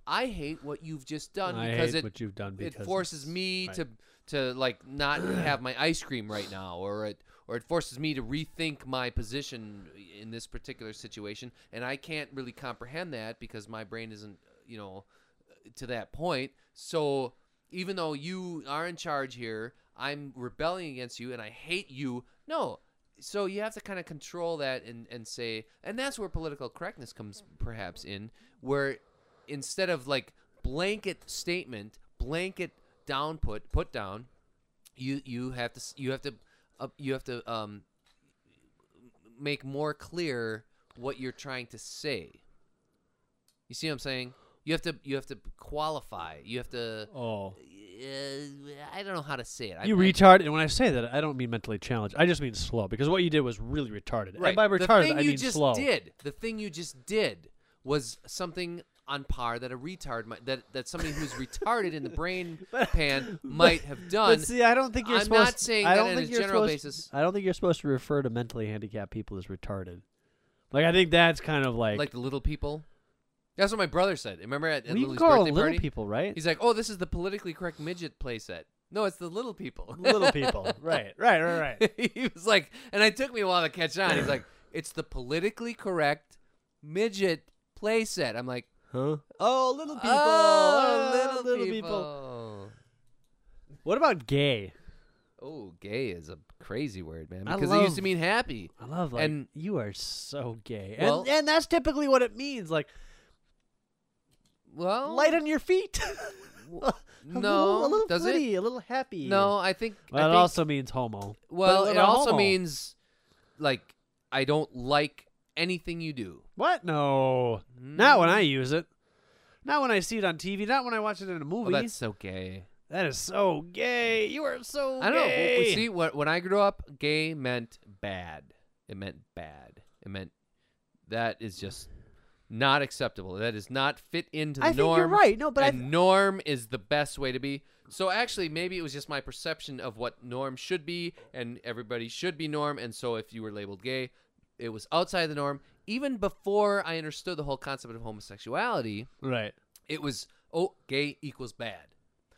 [SPEAKER 3] I hate what you've just done
[SPEAKER 1] I
[SPEAKER 3] because
[SPEAKER 1] hate
[SPEAKER 3] it
[SPEAKER 1] what you've done
[SPEAKER 3] it
[SPEAKER 1] because
[SPEAKER 3] forces
[SPEAKER 1] it's-
[SPEAKER 3] me
[SPEAKER 1] right.
[SPEAKER 3] to to like not have my ice cream right now, or it or it forces me to rethink my position in this particular situation, and I can't really comprehend that because my brain isn't you know to that point. So even though you are in charge here, I'm rebelling against you and I hate you. No. So you have to kind of control that and, and say, and that's where political correctness comes perhaps in, where instead of like blanket statement, blanket down put, put down, you you have to s- you have to uh, you have to um make more clear what you're trying to say. You see what I'm saying? You have to you have to qualify. You have to
[SPEAKER 1] Oh.
[SPEAKER 3] uh, I don't know how to say it. I-
[SPEAKER 1] You
[SPEAKER 3] I,
[SPEAKER 1] retard, and when I say that, I don't mean mentally challenged. I just mean slow, because what you did was really retarded. And by
[SPEAKER 3] the
[SPEAKER 1] retarded,
[SPEAKER 3] thing
[SPEAKER 1] I
[SPEAKER 3] you
[SPEAKER 1] mean
[SPEAKER 3] just
[SPEAKER 1] slow.
[SPEAKER 3] did. The thing you just did was something on par that a retard might, that that somebody who's retarded in the brain pan might have done.
[SPEAKER 1] But see, I don't think you're
[SPEAKER 3] I'm
[SPEAKER 1] supposed.
[SPEAKER 3] not saying
[SPEAKER 1] I
[SPEAKER 3] that
[SPEAKER 1] don't
[SPEAKER 3] on
[SPEAKER 1] think
[SPEAKER 3] a
[SPEAKER 1] you're
[SPEAKER 3] general
[SPEAKER 1] supposed-
[SPEAKER 3] basis.
[SPEAKER 1] I don't think you're supposed to refer to mentally handicapped people as retarded. Like I think that's kind of like,
[SPEAKER 3] like the little people. That's what my brother said. Remember at, at
[SPEAKER 1] we can
[SPEAKER 3] Lily's
[SPEAKER 1] call
[SPEAKER 3] birthday
[SPEAKER 1] them
[SPEAKER 3] party?
[SPEAKER 1] little people, right?
[SPEAKER 3] He's like, "Oh, this is the politically correct midget playset." No, it's the little people.
[SPEAKER 1] little people. Right, right, right, right.
[SPEAKER 3] he was like, and it took me a while to catch on. He's like, "It's the politically correct midget playset." I'm like,
[SPEAKER 1] Huh? Oh, little people.
[SPEAKER 3] "Oh,
[SPEAKER 1] oh,
[SPEAKER 3] little, people.
[SPEAKER 1] What about gay?
[SPEAKER 3] Oh, gay is a crazy word, man.
[SPEAKER 1] I
[SPEAKER 3] Because it used to
[SPEAKER 1] love-
[SPEAKER 3] mean happy.
[SPEAKER 1] I love like
[SPEAKER 3] And-
[SPEAKER 1] you are so gay.
[SPEAKER 3] Well-
[SPEAKER 1] and and that's typically what it means. Like
[SPEAKER 3] Well,
[SPEAKER 1] light on your feet. a
[SPEAKER 3] Oh. no,
[SPEAKER 1] little, a little
[SPEAKER 3] does it?
[SPEAKER 1] pretty, a little happy.
[SPEAKER 3] no, I think. I
[SPEAKER 1] Well, it
[SPEAKER 3] think
[SPEAKER 1] also means homo.
[SPEAKER 3] well,
[SPEAKER 1] but
[SPEAKER 3] it
[SPEAKER 1] a
[SPEAKER 3] also
[SPEAKER 1] homo.
[SPEAKER 3] means like I don't like anything you do.
[SPEAKER 1] What? No. Not when I use it. Not when I see it on TV. Not when I watch it in a
[SPEAKER 3] Mm. Oh,
[SPEAKER 1] movie.
[SPEAKER 3] that's so gay.
[SPEAKER 1] That is so gay. You are so
[SPEAKER 3] I don't know.
[SPEAKER 1] gay.
[SPEAKER 3] Well, see, when, when I grew up, gay meant bad. It meant bad. It meant that is just not acceptable. That is not fit into the
[SPEAKER 1] I think
[SPEAKER 3] norm.
[SPEAKER 1] you're right. No, but I
[SPEAKER 3] and norm is the best way to be. So actually, maybe it was just my perception of what norm should be, and everybody should be norm. And so, if you were labeled gay, it was outside the norm. Even before I understood the whole concept of homosexuality,
[SPEAKER 1] right.
[SPEAKER 3] it was oh gay equals bad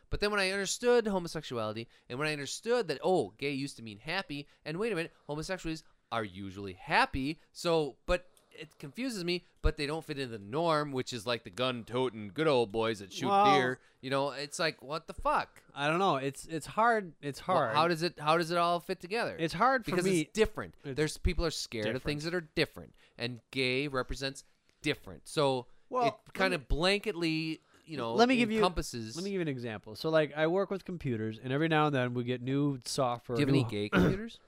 [SPEAKER 3] but then when i understood homosexuality and when i understood that oh gay used to mean happy and wait a minute homosexuals are usually happy so but it confuses me but they don't fit into the norm which is like the gun toting good old boys that shoot
[SPEAKER 1] Well-
[SPEAKER 3] deer you know it's like what the fuck
[SPEAKER 1] I don't know. It's it's hard. It's
[SPEAKER 3] Well,
[SPEAKER 1] hard.
[SPEAKER 3] how does it how does it all fit together
[SPEAKER 1] it's hard for
[SPEAKER 3] because
[SPEAKER 1] me.
[SPEAKER 3] it's different.
[SPEAKER 1] it's
[SPEAKER 3] There's people are scared of things that are different, and gay represents different. So
[SPEAKER 1] Well,
[SPEAKER 3] it
[SPEAKER 1] let
[SPEAKER 3] kind
[SPEAKER 1] me-
[SPEAKER 3] of blanketly, you know,
[SPEAKER 1] Let me give you-
[SPEAKER 3] encompasses.
[SPEAKER 1] Let me give you an example. So, like, I work with computers, and every now and then we get new software.
[SPEAKER 3] Do you have
[SPEAKER 1] new
[SPEAKER 3] any gay computers?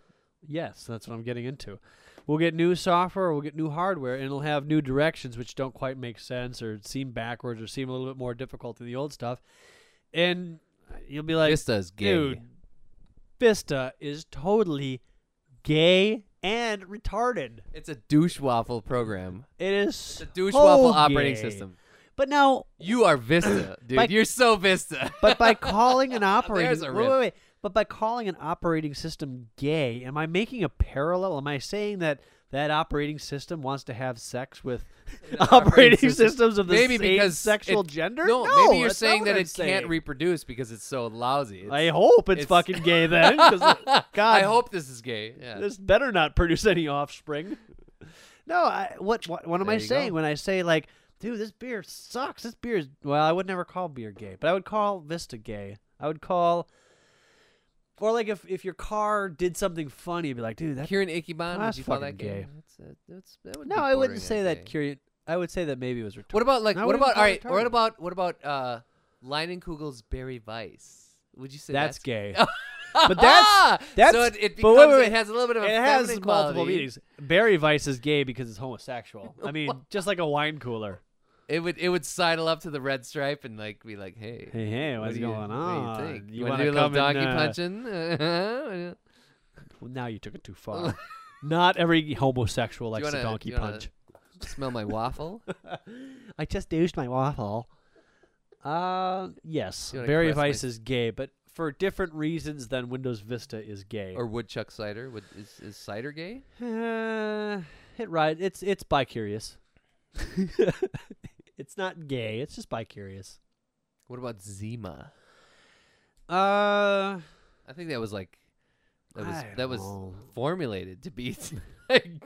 [SPEAKER 1] Yes, that's what I'm getting into. We'll get new software, we'll get new hardware, and it'll have new directions which don't quite make sense or seem backwards or seem a little bit more difficult than the old stuff. And uh, you'll be like,
[SPEAKER 3] Vista's gay.
[SPEAKER 1] dude, Vista is totally gay and retarded.
[SPEAKER 3] It's a douche waffle program.
[SPEAKER 1] It is
[SPEAKER 3] It's a douche
[SPEAKER 1] so
[SPEAKER 3] waffle operating
[SPEAKER 1] gay.
[SPEAKER 3] system.
[SPEAKER 1] But now,
[SPEAKER 3] You are Vista, dude.
[SPEAKER 1] By-
[SPEAKER 3] You're so Vista.
[SPEAKER 1] but by calling an operating
[SPEAKER 3] There's a
[SPEAKER 1] wait,
[SPEAKER 3] riff.
[SPEAKER 1] wait, wait. But by calling an operating system gay, am I making a parallel? Am I saying that that operating system wants to have sex with operating,
[SPEAKER 3] system.
[SPEAKER 1] systems of the
[SPEAKER 3] maybe
[SPEAKER 1] same
[SPEAKER 3] because
[SPEAKER 1] sexual
[SPEAKER 3] it-
[SPEAKER 1] gender?
[SPEAKER 3] No, maybe you're
[SPEAKER 1] that's not
[SPEAKER 3] saying
[SPEAKER 1] what
[SPEAKER 3] that
[SPEAKER 1] I'm
[SPEAKER 3] it
[SPEAKER 1] saying.
[SPEAKER 3] can't reproduce because it's so lousy.
[SPEAKER 1] I hope it's,
[SPEAKER 3] it's-
[SPEAKER 1] fucking gay then. 'cause, God,
[SPEAKER 3] I hope this is gay. Yeah.
[SPEAKER 1] this better not produce any offspring. No, I, what, what what am
[SPEAKER 3] There
[SPEAKER 1] I
[SPEAKER 3] you go.
[SPEAKER 1] saying when I say like, dude, this beer sucks. This beer is well, I would never call beer gay, but I would call Vista gay. I would call, or like if if your car did something funny, you'd be like, dude, that.
[SPEAKER 3] Kieran Ichiban, would
[SPEAKER 1] That's
[SPEAKER 3] you call
[SPEAKER 1] fucking
[SPEAKER 3] that
[SPEAKER 1] gay.
[SPEAKER 3] gay? That's, uh, that's, that would be
[SPEAKER 1] no, I
[SPEAKER 3] bordering
[SPEAKER 1] wouldn't say
[SPEAKER 3] on
[SPEAKER 1] that.
[SPEAKER 3] gay.
[SPEAKER 1] Curious. I would say that maybe it was retarded.
[SPEAKER 3] What about like?
[SPEAKER 1] I
[SPEAKER 3] What
[SPEAKER 1] wouldn't
[SPEAKER 3] about
[SPEAKER 1] call
[SPEAKER 3] all
[SPEAKER 1] it
[SPEAKER 3] right?
[SPEAKER 1] retarded.
[SPEAKER 3] What about what about uh, Leinenkugel's Barry Weiss? Would you say
[SPEAKER 1] That's
[SPEAKER 3] that's,
[SPEAKER 1] gay. But that's-
[SPEAKER 3] Ah! so
[SPEAKER 1] that's-
[SPEAKER 3] it, it
[SPEAKER 1] but
[SPEAKER 3] becomes
[SPEAKER 1] wait, wait, wait.
[SPEAKER 3] it has a little bit of a
[SPEAKER 1] It has
[SPEAKER 3] feminine
[SPEAKER 1] multiple
[SPEAKER 3] quality.
[SPEAKER 1] meanings. Barry Vice is gay because it's homosexual. I mean, just like a wine cooler.
[SPEAKER 3] It would it would sidle up to the red stripe and like be like, hey,
[SPEAKER 1] Hey, hey,
[SPEAKER 3] what
[SPEAKER 1] what's
[SPEAKER 3] do you,
[SPEAKER 1] going
[SPEAKER 3] What
[SPEAKER 1] on?
[SPEAKER 3] do you think?
[SPEAKER 1] You
[SPEAKER 3] want
[SPEAKER 1] wanna
[SPEAKER 3] to do a little
[SPEAKER 1] come and,
[SPEAKER 3] doggy
[SPEAKER 1] uh,
[SPEAKER 3] punching?
[SPEAKER 1] Well, now you took it too far. Not every homosexual likes
[SPEAKER 3] wanna-
[SPEAKER 1] a donkey
[SPEAKER 3] do you wanna-
[SPEAKER 1] punch.
[SPEAKER 3] Smell my waffle?
[SPEAKER 1] I just douched my waffle. Uh, yes,
[SPEAKER 3] Do you wanna
[SPEAKER 1] Barry
[SPEAKER 3] caress my
[SPEAKER 1] Vice is gay, but for different reasons than Windows Vista is gay.
[SPEAKER 3] or woodchuck cider? Would, is, is cider gay?
[SPEAKER 1] Uh, it right. It's it's bi curious. it's not gay. It's just bi curious.
[SPEAKER 3] What about Zima?
[SPEAKER 1] Uh,
[SPEAKER 3] I think that was like that was
[SPEAKER 1] I don't
[SPEAKER 3] that was
[SPEAKER 1] know.
[SPEAKER 3] formulated to be like,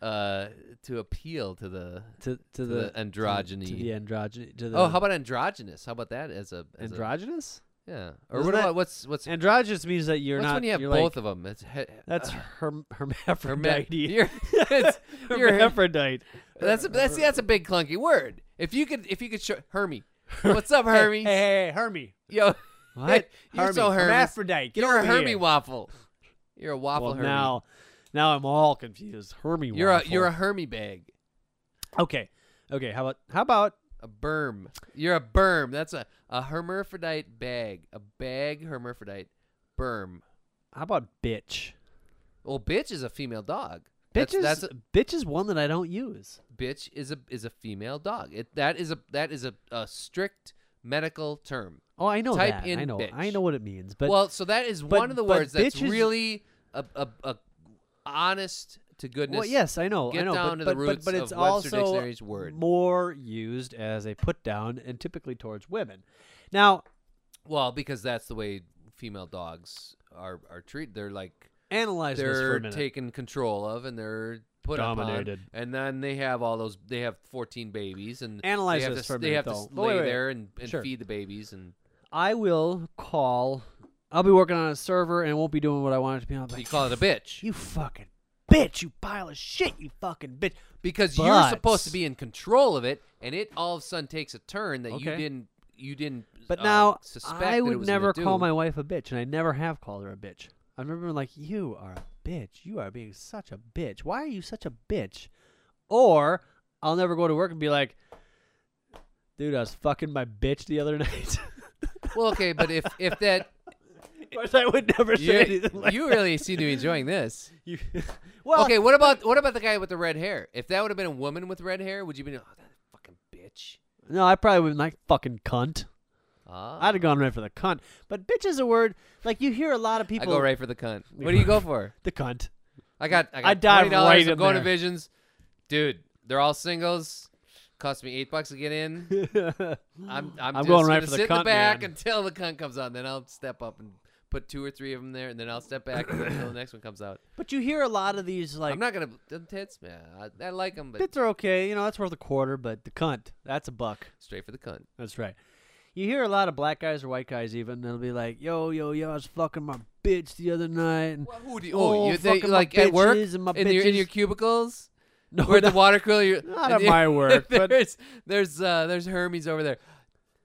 [SPEAKER 3] uh to appeal to the
[SPEAKER 1] to to the,
[SPEAKER 3] the androgyny.
[SPEAKER 1] to, the androgyny to the
[SPEAKER 3] Oh, how about androgynous? How about that as a as a-
[SPEAKER 1] androgynous?
[SPEAKER 3] yeah. Or
[SPEAKER 1] Isn't
[SPEAKER 3] what
[SPEAKER 1] that-
[SPEAKER 3] about what's what's
[SPEAKER 1] Androgynous means that you're
[SPEAKER 3] what's
[SPEAKER 1] not.
[SPEAKER 3] when you have
[SPEAKER 1] you're like,
[SPEAKER 3] both of them? It's he,
[SPEAKER 1] That's
[SPEAKER 3] uh,
[SPEAKER 1] herm-
[SPEAKER 3] hermet-
[SPEAKER 1] hermaphrodite.
[SPEAKER 3] You're, it's, you're,
[SPEAKER 1] hermaphrodite.
[SPEAKER 3] that's a, that's that's a big clunky word. If you could if you could show Hermie, what's up Hermie?
[SPEAKER 1] Hey, hey, hey, Hermie.
[SPEAKER 3] Yo,
[SPEAKER 1] What?
[SPEAKER 3] You're so Hermes.
[SPEAKER 1] Hermaphrodite. Get
[SPEAKER 3] you're
[SPEAKER 1] over
[SPEAKER 3] a Hermie
[SPEAKER 1] here.
[SPEAKER 3] waffle. You're a waffle
[SPEAKER 1] Well,
[SPEAKER 3] Hermie.
[SPEAKER 1] now, now I'm all confused. Hermie.
[SPEAKER 3] you're
[SPEAKER 1] waffle.
[SPEAKER 3] a you're a Hermie bag.
[SPEAKER 1] Okay, okay. How about how about
[SPEAKER 3] A berm. You're a berm. That's a, a hermaphrodite bag. A bag hermaphrodite berm.
[SPEAKER 1] how about bitch?
[SPEAKER 3] Well, bitch is a female dog.
[SPEAKER 1] Bitch
[SPEAKER 3] That's-
[SPEAKER 1] is
[SPEAKER 3] that's, a,
[SPEAKER 1] bitch is one that I don't use.
[SPEAKER 3] bitch is a is a female dog. It that is a that is a, a strict medical term.
[SPEAKER 1] Oh, I know
[SPEAKER 3] Type
[SPEAKER 1] that. I
[SPEAKER 3] in
[SPEAKER 1] know.
[SPEAKER 3] bitch.
[SPEAKER 1] I know what it means. But
[SPEAKER 3] well, so that is
[SPEAKER 1] but-
[SPEAKER 3] one of the
[SPEAKER 1] but
[SPEAKER 3] words that's
[SPEAKER 1] bitch is-
[SPEAKER 3] really a, a, a honest to goodness.
[SPEAKER 1] Well, yes, I know, I
[SPEAKER 3] get
[SPEAKER 1] know, but,
[SPEAKER 3] down to the
[SPEAKER 1] but, but-
[SPEAKER 3] roots
[SPEAKER 1] but it's
[SPEAKER 3] of Webster
[SPEAKER 1] also
[SPEAKER 3] Dictionary's word.
[SPEAKER 1] more used as a put down, and typically towards women. Now,
[SPEAKER 3] Well, because that's the way female dogs are are treated. They're like
[SPEAKER 1] analyze this for
[SPEAKER 3] they're
[SPEAKER 1] a minute.
[SPEAKER 3] taken control of and they're put
[SPEAKER 1] Dominated.
[SPEAKER 3] upon, and then they have all those. They have fourteen babies, and
[SPEAKER 1] Analyze
[SPEAKER 3] they have
[SPEAKER 1] this
[SPEAKER 3] to,
[SPEAKER 1] for a
[SPEAKER 3] They
[SPEAKER 1] minute,
[SPEAKER 3] have to
[SPEAKER 1] though.
[SPEAKER 3] s-
[SPEAKER 1] Wait,
[SPEAKER 3] lay
[SPEAKER 1] wait, wait.
[SPEAKER 3] there and, and
[SPEAKER 1] Sure.
[SPEAKER 3] feed the babies, and
[SPEAKER 1] I will call. I'll be working on a server, and it won't be doing what I want it to be. I'll be
[SPEAKER 3] you
[SPEAKER 1] like,
[SPEAKER 3] call it a bitch
[SPEAKER 1] you fucking bitch, you pile of shit, you fucking bitch.
[SPEAKER 3] because
[SPEAKER 1] But-
[SPEAKER 3] you're supposed to be in control of it, and it all of a sudden takes a turn that you
[SPEAKER 1] Okay.
[SPEAKER 3] didn't. You didn't.
[SPEAKER 1] But
[SPEAKER 3] uh,
[SPEAKER 1] now
[SPEAKER 3] suspect that
[SPEAKER 1] I
[SPEAKER 3] it
[SPEAKER 1] would
[SPEAKER 3] was gonna
[SPEAKER 1] never call
[SPEAKER 3] do.
[SPEAKER 1] my wife a bitch, and I never have called her a bitch. I remember like, you are a bitch. You are being such a bitch. Why are you such a bitch? Or I'll never go to work and be like, dude, I was fucking my bitch the other night.
[SPEAKER 3] Well, okay, but if if that
[SPEAKER 1] of course, I would never say
[SPEAKER 3] you,
[SPEAKER 1] anything like
[SPEAKER 3] you really seem to be enjoying this.
[SPEAKER 1] you. well,
[SPEAKER 3] okay, what about what about the guy with the red hair? If that would have been a woman with red hair, would you be oh that fucking bitch?
[SPEAKER 1] no, I probably wouldn't like fucking cunt.
[SPEAKER 3] Ah,
[SPEAKER 1] I'd have gone right for the cunt. But bitch is a word like you hear a lot of
[SPEAKER 3] I
[SPEAKER 1] people.
[SPEAKER 3] go right for the cunt. What do you go for?
[SPEAKER 1] The cunt.
[SPEAKER 3] I got I got
[SPEAKER 1] I dive
[SPEAKER 3] twenty dollars.
[SPEAKER 1] right in
[SPEAKER 3] I'm going
[SPEAKER 1] there.
[SPEAKER 3] to Visions, dude. They're all singles. Cost me eight bucks to get in. I'm I'm,
[SPEAKER 1] I'm
[SPEAKER 3] just
[SPEAKER 1] going right
[SPEAKER 3] gonna
[SPEAKER 1] for the
[SPEAKER 3] sit in
[SPEAKER 1] cunt,
[SPEAKER 3] the back
[SPEAKER 1] man.
[SPEAKER 3] until the cunt comes out. Then I'll step up and put two or three of them there, and then I'll step back until the next one comes out.
[SPEAKER 1] But you hear a lot of these like
[SPEAKER 3] I'm not gonna them tits, man. I, I like them, but
[SPEAKER 1] Bits are okay, you know, that's worth a quarter, but the cunt, that's a buck.
[SPEAKER 3] straight for the cunt.
[SPEAKER 1] That's right. You hear a lot of black guys or white guys even, they'll be like, yo, yo, yo, I was fucking my bitch the other night. And,
[SPEAKER 3] Well, who do you,
[SPEAKER 1] Oh,
[SPEAKER 3] oh, you think
[SPEAKER 1] fucking my
[SPEAKER 3] like at work
[SPEAKER 1] bitches and my
[SPEAKER 3] in your in
[SPEAKER 1] bitches.
[SPEAKER 3] your cubicles
[SPEAKER 1] no,
[SPEAKER 3] where the
[SPEAKER 1] no,
[SPEAKER 3] water cooler? You're,
[SPEAKER 1] Not
[SPEAKER 3] and
[SPEAKER 1] at
[SPEAKER 3] you-
[SPEAKER 1] my work, but-
[SPEAKER 3] there's there's uh, there's Hermes over there.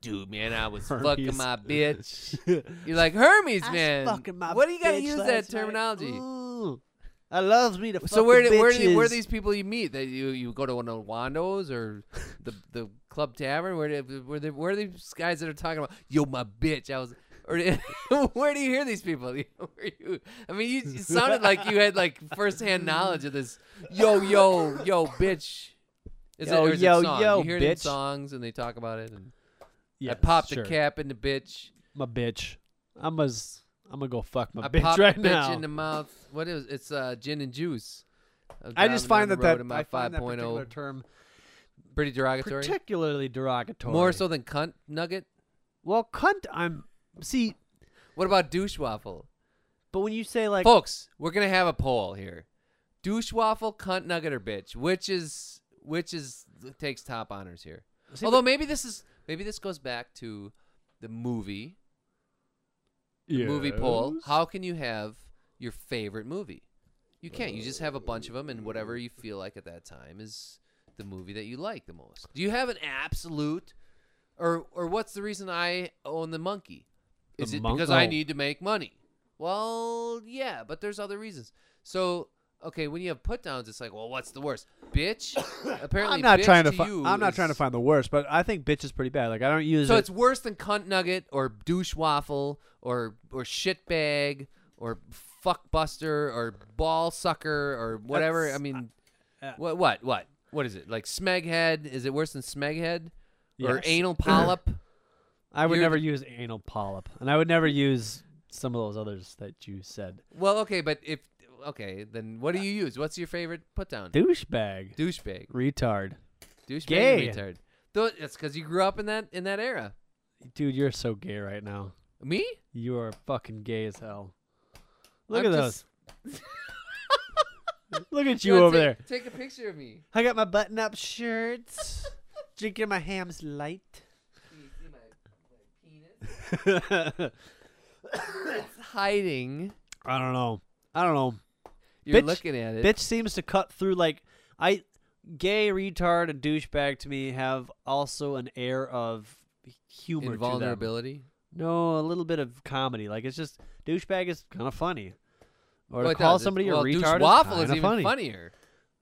[SPEAKER 3] Dude, man, I was
[SPEAKER 1] Hermes.
[SPEAKER 3] fucking my bitch. You're like Hermes,
[SPEAKER 1] I was
[SPEAKER 3] man.
[SPEAKER 1] fucking my
[SPEAKER 3] what do you gotta
[SPEAKER 1] bitch
[SPEAKER 3] use that
[SPEAKER 1] last night.
[SPEAKER 3] terminology?
[SPEAKER 1] Ooh, I loves me to
[SPEAKER 3] So where
[SPEAKER 1] fucking
[SPEAKER 3] do, where do, where
[SPEAKER 1] bitches.
[SPEAKER 3] do these people you meet? That you, you go to one of Wando's or the the club tavern? Where do, where do, where are these guys that are talking about yo my bitch? I was or where do you hear these people? Where you, I mean, you, you sounded like you had like firsthand knowledge of this. Yo yo yo bitch. Is
[SPEAKER 1] Yo,
[SPEAKER 3] it, or is
[SPEAKER 1] yo,
[SPEAKER 3] it song?
[SPEAKER 1] yo,
[SPEAKER 3] you hear it in
[SPEAKER 1] bitch.
[SPEAKER 3] songs and they talk about it. And I
[SPEAKER 1] Yes,
[SPEAKER 3] popped
[SPEAKER 1] sure.
[SPEAKER 3] a cap in the bitch.
[SPEAKER 1] My bitch. I'm a, I'm gonna go fuck my
[SPEAKER 3] I
[SPEAKER 1] bitch
[SPEAKER 3] popped
[SPEAKER 1] right
[SPEAKER 3] a bitch
[SPEAKER 1] now.
[SPEAKER 3] in the mouth. What is it's uh, gin and juice. was
[SPEAKER 1] I just find
[SPEAKER 3] driving down
[SPEAKER 1] that
[SPEAKER 3] the road
[SPEAKER 1] that,
[SPEAKER 3] in my
[SPEAKER 1] I find that
[SPEAKER 3] 5.0.
[SPEAKER 1] particular term
[SPEAKER 3] pretty derogatory.
[SPEAKER 1] particularly derogatory.
[SPEAKER 3] More so than cunt nugget.
[SPEAKER 1] Well, cunt. I'm see,
[SPEAKER 3] What about douche waffle?
[SPEAKER 1] but when you say like
[SPEAKER 3] Folks, we're gonna have a poll here. Douche waffle, cunt nugget, or bitch? Which is which is takes top honors here?
[SPEAKER 1] See,
[SPEAKER 3] Although maybe this is maybe this goes back to the movie the movie poll.
[SPEAKER 1] Yes.
[SPEAKER 3] How can you have your favorite movie? You can't. You just have a bunch
[SPEAKER 1] Uh,
[SPEAKER 3] of them, and whatever you feel like at that time is the movie that you like the most. Do you have an absolute, or or what's the reason I own the monkey?
[SPEAKER 1] The
[SPEAKER 3] Is it
[SPEAKER 1] Mon-
[SPEAKER 3] because I
[SPEAKER 1] oh.
[SPEAKER 3] need to make money? Well, yeah, but there's other reasons. So okay, when you have put downs, it's like, well, what's the worst, bitch? Apparently,
[SPEAKER 1] I'm not
[SPEAKER 3] bitch
[SPEAKER 1] trying to.
[SPEAKER 3] to
[SPEAKER 1] fi-
[SPEAKER 3] you
[SPEAKER 1] I'm not trying to
[SPEAKER 3] is-
[SPEAKER 1] find the worst, but I think bitch is pretty bad. Like I don't use
[SPEAKER 3] so
[SPEAKER 1] it.
[SPEAKER 3] it's worse than cunt nugget or douche waffle or or shit bag or fuck buster or ball sucker or whatever.
[SPEAKER 1] That's-
[SPEAKER 3] I mean,
[SPEAKER 1] uh,
[SPEAKER 3] what what what what is it like? Smeghead? Is it worse than smeghead or
[SPEAKER 1] Yes.
[SPEAKER 3] anal polyp?
[SPEAKER 1] I would
[SPEAKER 3] you're-
[SPEAKER 1] never use anal polyp, and I would never use some of those others that you said.
[SPEAKER 3] well, okay, but if okay, then what do you use? What's your favorite put down?
[SPEAKER 1] Douchebag,
[SPEAKER 3] Douchebag,
[SPEAKER 1] retard,
[SPEAKER 3] douchebag,
[SPEAKER 1] Gay.
[SPEAKER 3] and retard. Though it's because you grew up in that in that era.
[SPEAKER 1] dude, you're so gay right now.
[SPEAKER 3] Me?
[SPEAKER 1] You are fucking gay as hell. Look
[SPEAKER 3] I'm
[SPEAKER 1] at
[SPEAKER 3] just-
[SPEAKER 1] those. Look at you
[SPEAKER 3] Yeah,
[SPEAKER 1] over
[SPEAKER 3] take-
[SPEAKER 1] there.
[SPEAKER 3] Take a picture of me.
[SPEAKER 1] I got my button-up shirts, drinking my ham's light.
[SPEAKER 3] You see my, my penis? It's hiding.
[SPEAKER 1] I don't know. I don't know.
[SPEAKER 3] You're
[SPEAKER 1] Bitch-
[SPEAKER 3] looking at it.
[SPEAKER 1] bitch seems to cut through like I gay retard and douchebag to me have also an air of humor to
[SPEAKER 3] invulnerability.
[SPEAKER 1] them. No, a little bit of comedy. Like it's just douchebag is kind of funny. Or
[SPEAKER 3] Well,
[SPEAKER 1] to
[SPEAKER 3] it
[SPEAKER 1] call
[SPEAKER 3] does. It-
[SPEAKER 1] somebody
[SPEAKER 3] well,
[SPEAKER 1] a
[SPEAKER 3] douche
[SPEAKER 1] retard
[SPEAKER 3] waffle
[SPEAKER 1] is,
[SPEAKER 3] is
[SPEAKER 1] kinda
[SPEAKER 3] even
[SPEAKER 1] funny.
[SPEAKER 3] funnier.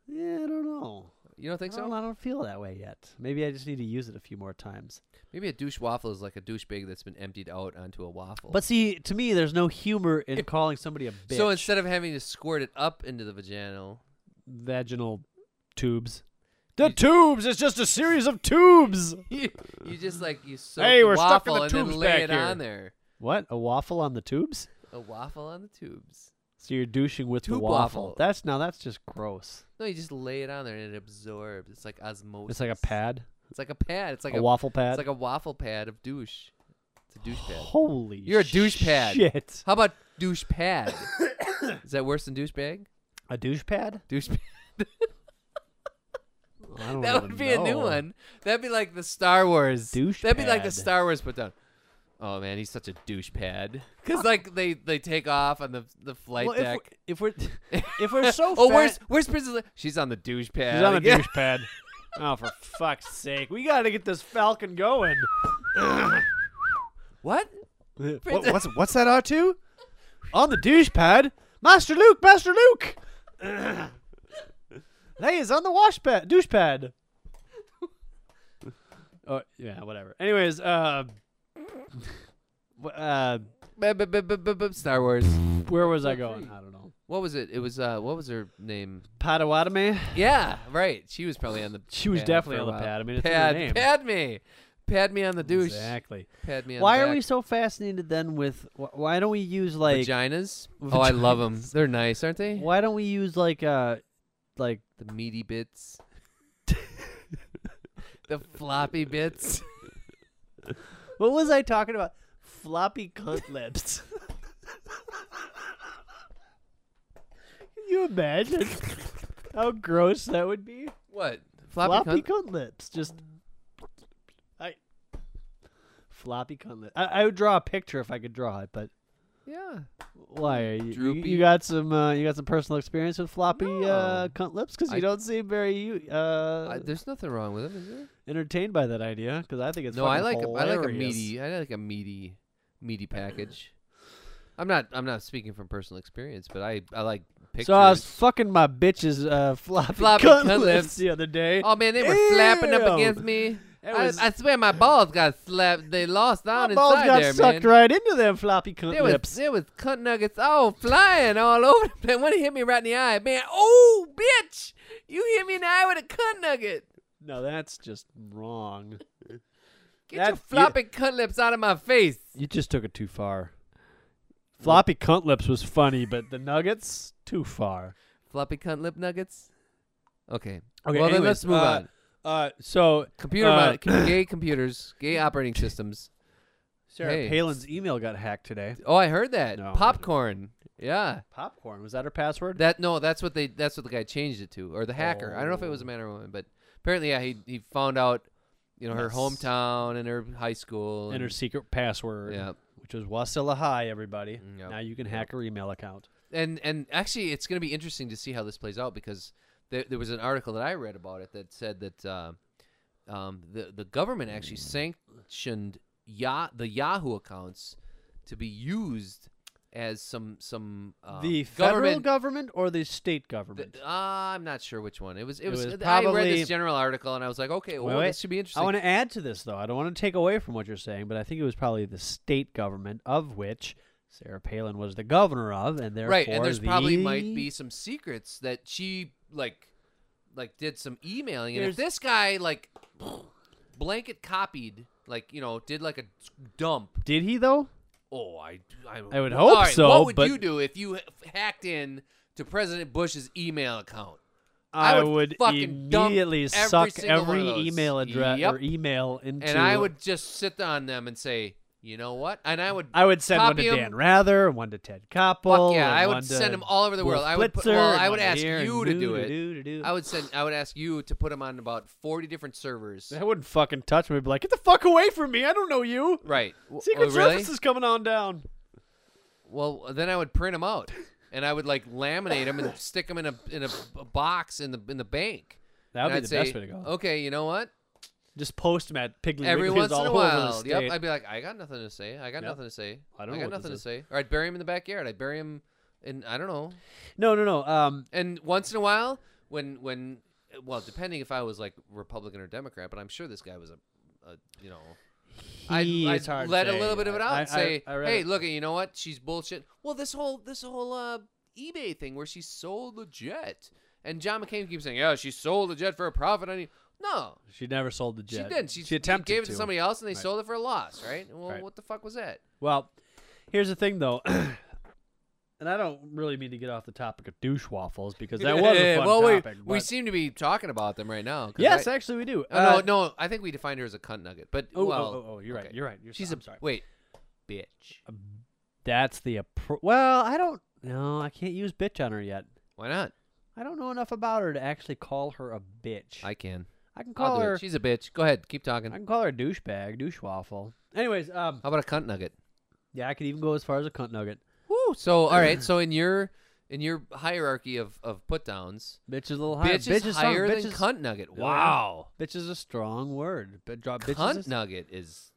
[SPEAKER 1] Yeah, I don't know.
[SPEAKER 3] You don't think
[SPEAKER 1] I don't,
[SPEAKER 3] so?
[SPEAKER 1] I don't feel that way yet. Maybe I just need to use it a few more times.
[SPEAKER 3] Maybe a douche waffle is like a douchebag that's been emptied out onto a waffle.
[SPEAKER 1] But see, to me, there's no humor in calling somebody a bitch.
[SPEAKER 3] so instead of having to squirt it up into the vagina,
[SPEAKER 1] vaginal tubes. The tubes. It's just a series of tubes.
[SPEAKER 3] you you just like you soak
[SPEAKER 1] Hey,
[SPEAKER 3] the
[SPEAKER 1] we're stuck in
[SPEAKER 3] waffle
[SPEAKER 1] the
[SPEAKER 3] and then
[SPEAKER 1] tubes
[SPEAKER 3] lay
[SPEAKER 1] back
[SPEAKER 3] it
[SPEAKER 1] here.
[SPEAKER 3] on there.
[SPEAKER 1] What? A waffle on the tubes?
[SPEAKER 3] A waffle on the tubes.
[SPEAKER 1] So you're douching with the
[SPEAKER 3] Tube
[SPEAKER 1] waffle.
[SPEAKER 3] waffle.
[SPEAKER 1] That's now that's just gross.
[SPEAKER 3] No, you just lay it on there and it absorbs. It's like osmosis.
[SPEAKER 1] It's like a pad,
[SPEAKER 3] It's like a pad. It's like
[SPEAKER 1] a,
[SPEAKER 3] a,
[SPEAKER 1] waffle pad.
[SPEAKER 3] It's like a waffle pad of douche. It's a douche pad.
[SPEAKER 1] Holy,
[SPEAKER 3] You're a douche pad.
[SPEAKER 1] Shit,
[SPEAKER 3] How about douche pad? Is that worse than douchebag?
[SPEAKER 1] a douche pad.
[SPEAKER 3] Douche pad.
[SPEAKER 1] I don't
[SPEAKER 3] That
[SPEAKER 1] even
[SPEAKER 3] would be a new
[SPEAKER 1] know.
[SPEAKER 3] one. That'd be like the Star Wars.
[SPEAKER 1] Douche
[SPEAKER 3] That'd be like the
[SPEAKER 1] pad.
[SPEAKER 3] Star Wars put down. Oh man, he's such a douche pad. Cause like they they take off on the the flight
[SPEAKER 1] Well,
[SPEAKER 3] deck.
[SPEAKER 1] if, we're, if we're if we're so
[SPEAKER 3] oh,
[SPEAKER 1] fat,
[SPEAKER 3] where's where's Princess? Leia? She's on the douche pad.
[SPEAKER 1] He's on a
[SPEAKER 3] again.
[SPEAKER 1] douche pad. Oh, for fuck's sake! We gotta get this Falcon going.
[SPEAKER 3] What?
[SPEAKER 1] What- what's what's that R two? On the douche pad, Master Luke, Master Luke. Leia's on the wash pad, douche pad. oh yeah, whatever. Anyways, uh, wh- uh,
[SPEAKER 3] Ba- ba- ba- ba- ba- ba- Star Wars.
[SPEAKER 1] where was I going? I don't know.
[SPEAKER 3] What was it? It was uh, what was her name?
[SPEAKER 1] Potawatomi.
[SPEAKER 3] Yeah, right. She was probably on the.
[SPEAKER 1] She was
[SPEAKER 3] pad
[SPEAKER 1] definitely
[SPEAKER 3] for a
[SPEAKER 1] on the
[SPEAKER 3] while.
[SPEAKER 1] pad. I mean, it's in her
[SPEAKER 3] pad,
[SPEAKER 1] name.
[SPEAKER 3] pad me, pad me on the douche.
[SPEAKER 1] Exactly.
[SPEAKER 3] Pad me on
[SPEAKER 1] Why
[SPEAKER 3] the
[SPEAKER 1] are we
[SPEAKER 3] back.
[SPEAKER 1] so fascinated then with? Wh- why don't we use like?
[SPEAKER 3] vaginas? Oh, I love them. They're nice, aren't they?
[SPEAKER 1] Why don't we use like uh, like
[SPEAKER 3] The meaty bits, the floppy bits.
[SPEAKER 1] What was I talking about? Floppy cunt lips. Can you imagine how gross that would be?
[SPEAKER 3] What? Floppy,
[SPEAKER 1] Floppy,
[SPEAKER 3] cunt?
[SPEAKER 1] cunt lips. Just I floppy cunt lips. I, I would draw a picture if I could draw it, but
[SPEAKER 3] Yeah.
[SPEAKER 1] why are you? You,
[SPEAKER 3] Droopy.
[SPEAKER 1] you got some uh, you got some personal experience with floppy uh,
[SPEAKER 3] No.
[SPEAKER 1] cunt lips because you
[SPEAKER 3] I-
[SPEAKER 1] don't seem very uh,
[SPEAKER 3] I, there's nothing wrong with them, is there?
[SPEAKER 1] entertained by that idea because I think it's
[SPEAKER 3] no, I like
[SPEAKER 1] fucking
[SPEAKER 3] a, I like a
[SPEAKER 1] hilarious.
[SPEAKER 3] meaty. I like a meaty, meaty package. I'm not. I'm not speaking from personal experience, but I I like pictures.
[SPEAKER 1] So I was fucking my bitch's uh, floppy,
[SPEAKER 3] Floppy
[SPEAKER 1] cunt
[SPEAKER 3] cunt
[SPEAKER 1] lips
[SPEAKER 3] lips.
[SPEAKER 1] the other day.
[SPEAKER 3] Oh man, they were slapping up
[SPEAKER 1] Damn.
[SPEAKER 3] against me.
[SPEAKER 1] That
[SPEAKER 3] I,
[SPEAKER 1] was-
[SPEAKER 3] I swear my balls got slapped. They lost
[SPEAKER 1] my
[SPEAKER 3] down
[SPEAKER 1] balls
[SPEAKER 3] inside
[SPEAKER 1] got
[SPEAKER 3] there,
[SPEAKER 1] sucked
[SPEAKER 3] man.
[SPEAKER 1] right into them floppy cunt
[SPEAKER 3] There was
[SPEAKER 1] lips.
[SPEAKER 3] there was cunt nuggets all flying all over the place. One hit me right in the eye, man. Oh, bitch! You hit me in the eye with a cunt nugget.
[SPEAKER 1] No, that's just wrong.
[SPEAKER 3] Get your
[SPEAKER 1] That's- you-
[SPEAKER 3] flopping cunt lips out of my face.
[SPEAKER 1] You just took it too far. Floppy cunt lips was funny, but the nuggets too far.
[SPEAKER 3] Floppy cunt lip nuggets. Okay.
[SPEAKER 1] Okay,
[SPEAKER 3] well then
[SPEAKER 1] anyways,
[SPEAKER 3] let's move
[SPEAKER 1] uh,
[SPEAKER 3] on.
[SPEAKER 1] Uh, so
[SPEAKER 3] Computer
[SPEAKER 1] uh,
[SPEAKER 3] mod- com- gay computers, gay operating systems.
[SPEAKER 1] Sarah
[SPEAKER 3] Hey.
[SPEAKER 1] Palin's email got hacked today.
[SPEAKER 3] Oh, I heard that.
[SPEAKER 1] No, I didn't.
[SPEAKER 3] Popcorn. Yeah.
[SPEAKER 1] Popcorn was that her password?
[SPEAKER 3] That no, that's what they that's what the guy changed it to, or the hacker. I don't know if it was a
[SPEAKER 1] Oh.
[SPEAKER 3] man or woman, but apparently, yeah, he he found out, you know, her
[SPEAKER 1] Yes.
[SPEAKER 3] hometown and her high school.
[SPEAKER 1] and her secret password,
[SPEAKER 3] Yep.
[SPEAKER 1] which was Wasilla High. Everybody,
[SPEAKER 3] Yep.
[SPEAKER 1] now you can hack her email account.
[SPEAKER 3] and and actually, it's going to be interesting to see how this plays out because there there was an article that I read about it that said that uh, um, the the government actually
[SPEAKER 1] Hmm.
[SPEAKER 3] sanctioned ya- the Yahoo accounts to be used as some some um,
[SPEAKER 1] the federal
[SPEAKER 3] government
[SPEAKER 1] government, or the state government?
[SPEAKER 3] Th- Uh, I'm not sure which one. It was. It,
[SPEAKER 1] It
[SPEAKER 3] was.
[SPEAKER 1] was
[SPEAKER 3] th- I read
[SPEAKER 1] probably-
[SPEAKER 3] this general article and I was like, okay, well,
[SPEAKER 1] Wait, wait.
[SPEAKER 3] this should be
[SPEAKER 1] I
[SPEAKER 3] interesting.
[SPEAKER 1] want to add to this, though. I don't want to take away from what you're saying, but I think it was probably the state government of which Sarah Palin was the governor of, and therefore
[SPEAKER 3] right, and there's probably
[SPEAKER 1] the-
[SPEAKER 3] might be some secrets that she like, like did some emailing, and if
[SPEAKER 1] There's-
[SPEAKER 3] this guy like blanket copied, like you know, did like a dump.
[SPEAKER 1] Did he though?
[SPEAKER 3] Oh, I, I,
[SPEAKER 1] I would
[SPEAKER 3] All
[SPEAKER 1] hope
[SPEAKER 3] right,
[SPEAKER 1] so,
[SPEAKER 3] What would
[SPEAKER 1] but-
[SPEAKER 3] you do if you h- hacked in to President Bush's email account?
[SPEAKER 1] I
[SPEAKER 3] I
[SPEAKER 1] would
[SPEAKER 3] would fucking dump
[SPEAKER 1] immediately
[SPEAKER 3] every
[SPEAKER 1] suck
[SPEAKER 3] single one
[SPEAKER 1] every
[SPEAKER 3] of those.
[SPEAKER 1] email address
[SPEAKER 3] Yep.
[SPEAKER 1] or email into.
[SPEAKER 3] And I would just sit on them and say, you know what? And I would.
[SPEAKER 1] I would send one to
[SPEAKER 3] copy 'em,
[SPEAKER 1] Dan Rather, and one to Ted Koppel.
[SPEAKER 3] Fuck yeah,
[SPEAKER 1] and
[SPEAKER 3] I
[SPEAKER 1] one
[SPEAKER 3] would
[SPEAKER 1] to
[SPEAKER 3] send them all over the
[SPEAKER 1] Wolf
[SPEAKER 3] world. I would put,
[SPEAKER 1] Blitzer,
[SPEAKER 3] well,
[SPEAKER 1] and
[SPEAKER 3] I
[SPEAKER 1] one
[SPEAKER 3] would
[SPEAKER 1] to
[SPEAKER 3] ask
[SPEAKER 1] here, and
[SPEAKER 3] you to do it.
[SPEAKER 1] do-do-do-do.
[SPEAKER 3] I would send I would ask you to put them on about 40 different servers.
[SPEAKER 1] That wouldn't fucking touch me. I'd be like, get the fuck away from me! I don't know you.
[SPEAKER 3] Right. W-
[SPEAKER 1] Secret
[SPEAKER 3] oh, really?
[SPEAKER 1] Service is coming on down.
[SPEAKER 3] Well, then I would print them out and I would like laminate them and stick them in a in a b- box in the in the bank.
[SPEAKER 1] That would
[SPEAKER 3] And
[SPEAKER 1] be the
[SPEAKER 3] I'd
[SPEAKER 1] best
[SPEAKER 3] say,
[SPEAKER 1] way to go.
[SPEAKER 3] Okay, you know what?
[SPEAKER 1] Just post them at Piggly
[SPEAKER 3] Every
[SPEAKER 1] Wiggly's
[SPEAKER 3] once
[SPEAKER 1] all
[SPEAKER 3] in a
[SPEAKER 1] over the
[SPEAKER 3] while,
[SPEAKER 1] state.
[SPEAKER 3] yep, I'd be like, I got nothing to say. I got
[SPEAKER 1] Yep.
[SPEAKER 3] nothing to say.
[SPEAKER 1] I don't know
[SPEAKER 3] got
[SPEAKER 1] what this
[SPEAKER 3] nothing to
[SPEAKER 1] is."
[SPEAKER 3] say. Or I'd bury him in the backyard. I'd bury him in I don't know
[SPEAKER 1] No, no, no. Um,
[SPEAKER 3] And once in a while, when when well, depending if I was like Republican or Democrat, but I'm sure this guy was a, a you know,
[SPEAKER 1] He-
[SPEAKER 3] I'd,
[SPEAKER 1] it's hard to
[SPEAKER 3] let a
[SPEAKER 1] say.
[SPEAKER 3] little bit of it out
[SPEAKER 1] I-
[SPEAKER 3] and
[SPEAKER 1] I-
[SPEAKER 3] say,
[SPEAKER 1] I read
[SPEAKER 3] hey,
[SPEAKER 1] it.
[SPEAKER 3] look, you know what? She's bullshit. Well, this whole this whole uh, eBay thing where she sold the jet, and John McCain keeps saying, yeah, she sold the jet for a profit. I need no.
[SPEAKER 1] she never sold the jet.
[SPEAKER 3] She didn't. She,
[SPEAKER 1] attempted
[SPEAKER 3] gave it to,
[SPEAKER 1] to
[SPEAKER 3] somebody else, and they
[SPEAKER 1] Right.
[SPEAKER 3] sold it for a loss, right? Well,
[SPEAKER 1] Right.
[SPEAKER 3] what the fuck was that?
[SPEAKER 1] Well, here's the thing, though. and I don't really mean to get off the topic of douche waffles because that was a fun
[SPEAKER 3] well, wait,
[SPEAKER 1] topic.
[SPEAKER 3] we
[SPEAKER 1] but-
[SPEAKER 3] seem to be talking about them right now. 'cause
[SPEAKER 1] yes,
[SPEAKER 3] I,
[SPEAKER 1] actually we do.
[SPEAKER 3] oh,
[SPEAKER 1] Uh,
[SPEAKER 3] no, no. I think we defined her as a cunt nugget, but
[SPEAKER 1] Oh,
[SPEAKER 3] well,
[SPEAKER 1] oh, oh, oh, you're right.
[SPEAKER 3] okay.
[SPEAKER 1] You're right. You're
[SPEAKER 3] she's
[SPEAKER 1] so-
[SPEAKER 3] a
[SPEAKER 1] I'm sorry. Um,
[SPEAKER 3] wait, bitch.
[SPEAKER 1] That's the appro- well. I don't. No, I can't use bitch on her yet.
[SPEAKER 3] Why not?
[SPEAKER 1] I don't know enough about her to actually call her a bitch.
[SPEAKER 3] I can.
[SPEAKER 1] I can
[SPEAKER 3] I'll
[SPEAKER 1] call
[SPEAKER 3] do
[SPEAKER 1] her.
[SPEAKER 3] it. She's a bitch. Go ahead. Keep
[SPEAKER 1] I
[SPEAKER 3] talking.
[SPEAKER 1] can call her a douchebag, douchewaffle. Anyways, um,
[SPEAKER 3] How about a cunt nugget?
[SPEAKER 1] yeah, I could even go as far as a cunt nugget.
[SPEAKER 3] Woo. So all right. So in your in your hierarchy of of put downs,
[SPEAKER 1] Bitch is a little higher.
[SPEAKER 3] bitch is
[SPEAKER 1] some-
[SPEAKER 3] higher
[SPEAKER 1] bitch
[SPEAKER 3] than
[SPEAKER 1] is-
[SPEAKER 3] cunt nugget.
[SPEAKER 1] Yeah.
[SPEAKER 3] Wow.
[SPEAKER 1] Bitch is a strong word. But drop bitch
[SPEAKER 3] Cunt
[SPEAKER 1] is a-
[SPEAKER 3] nugget is.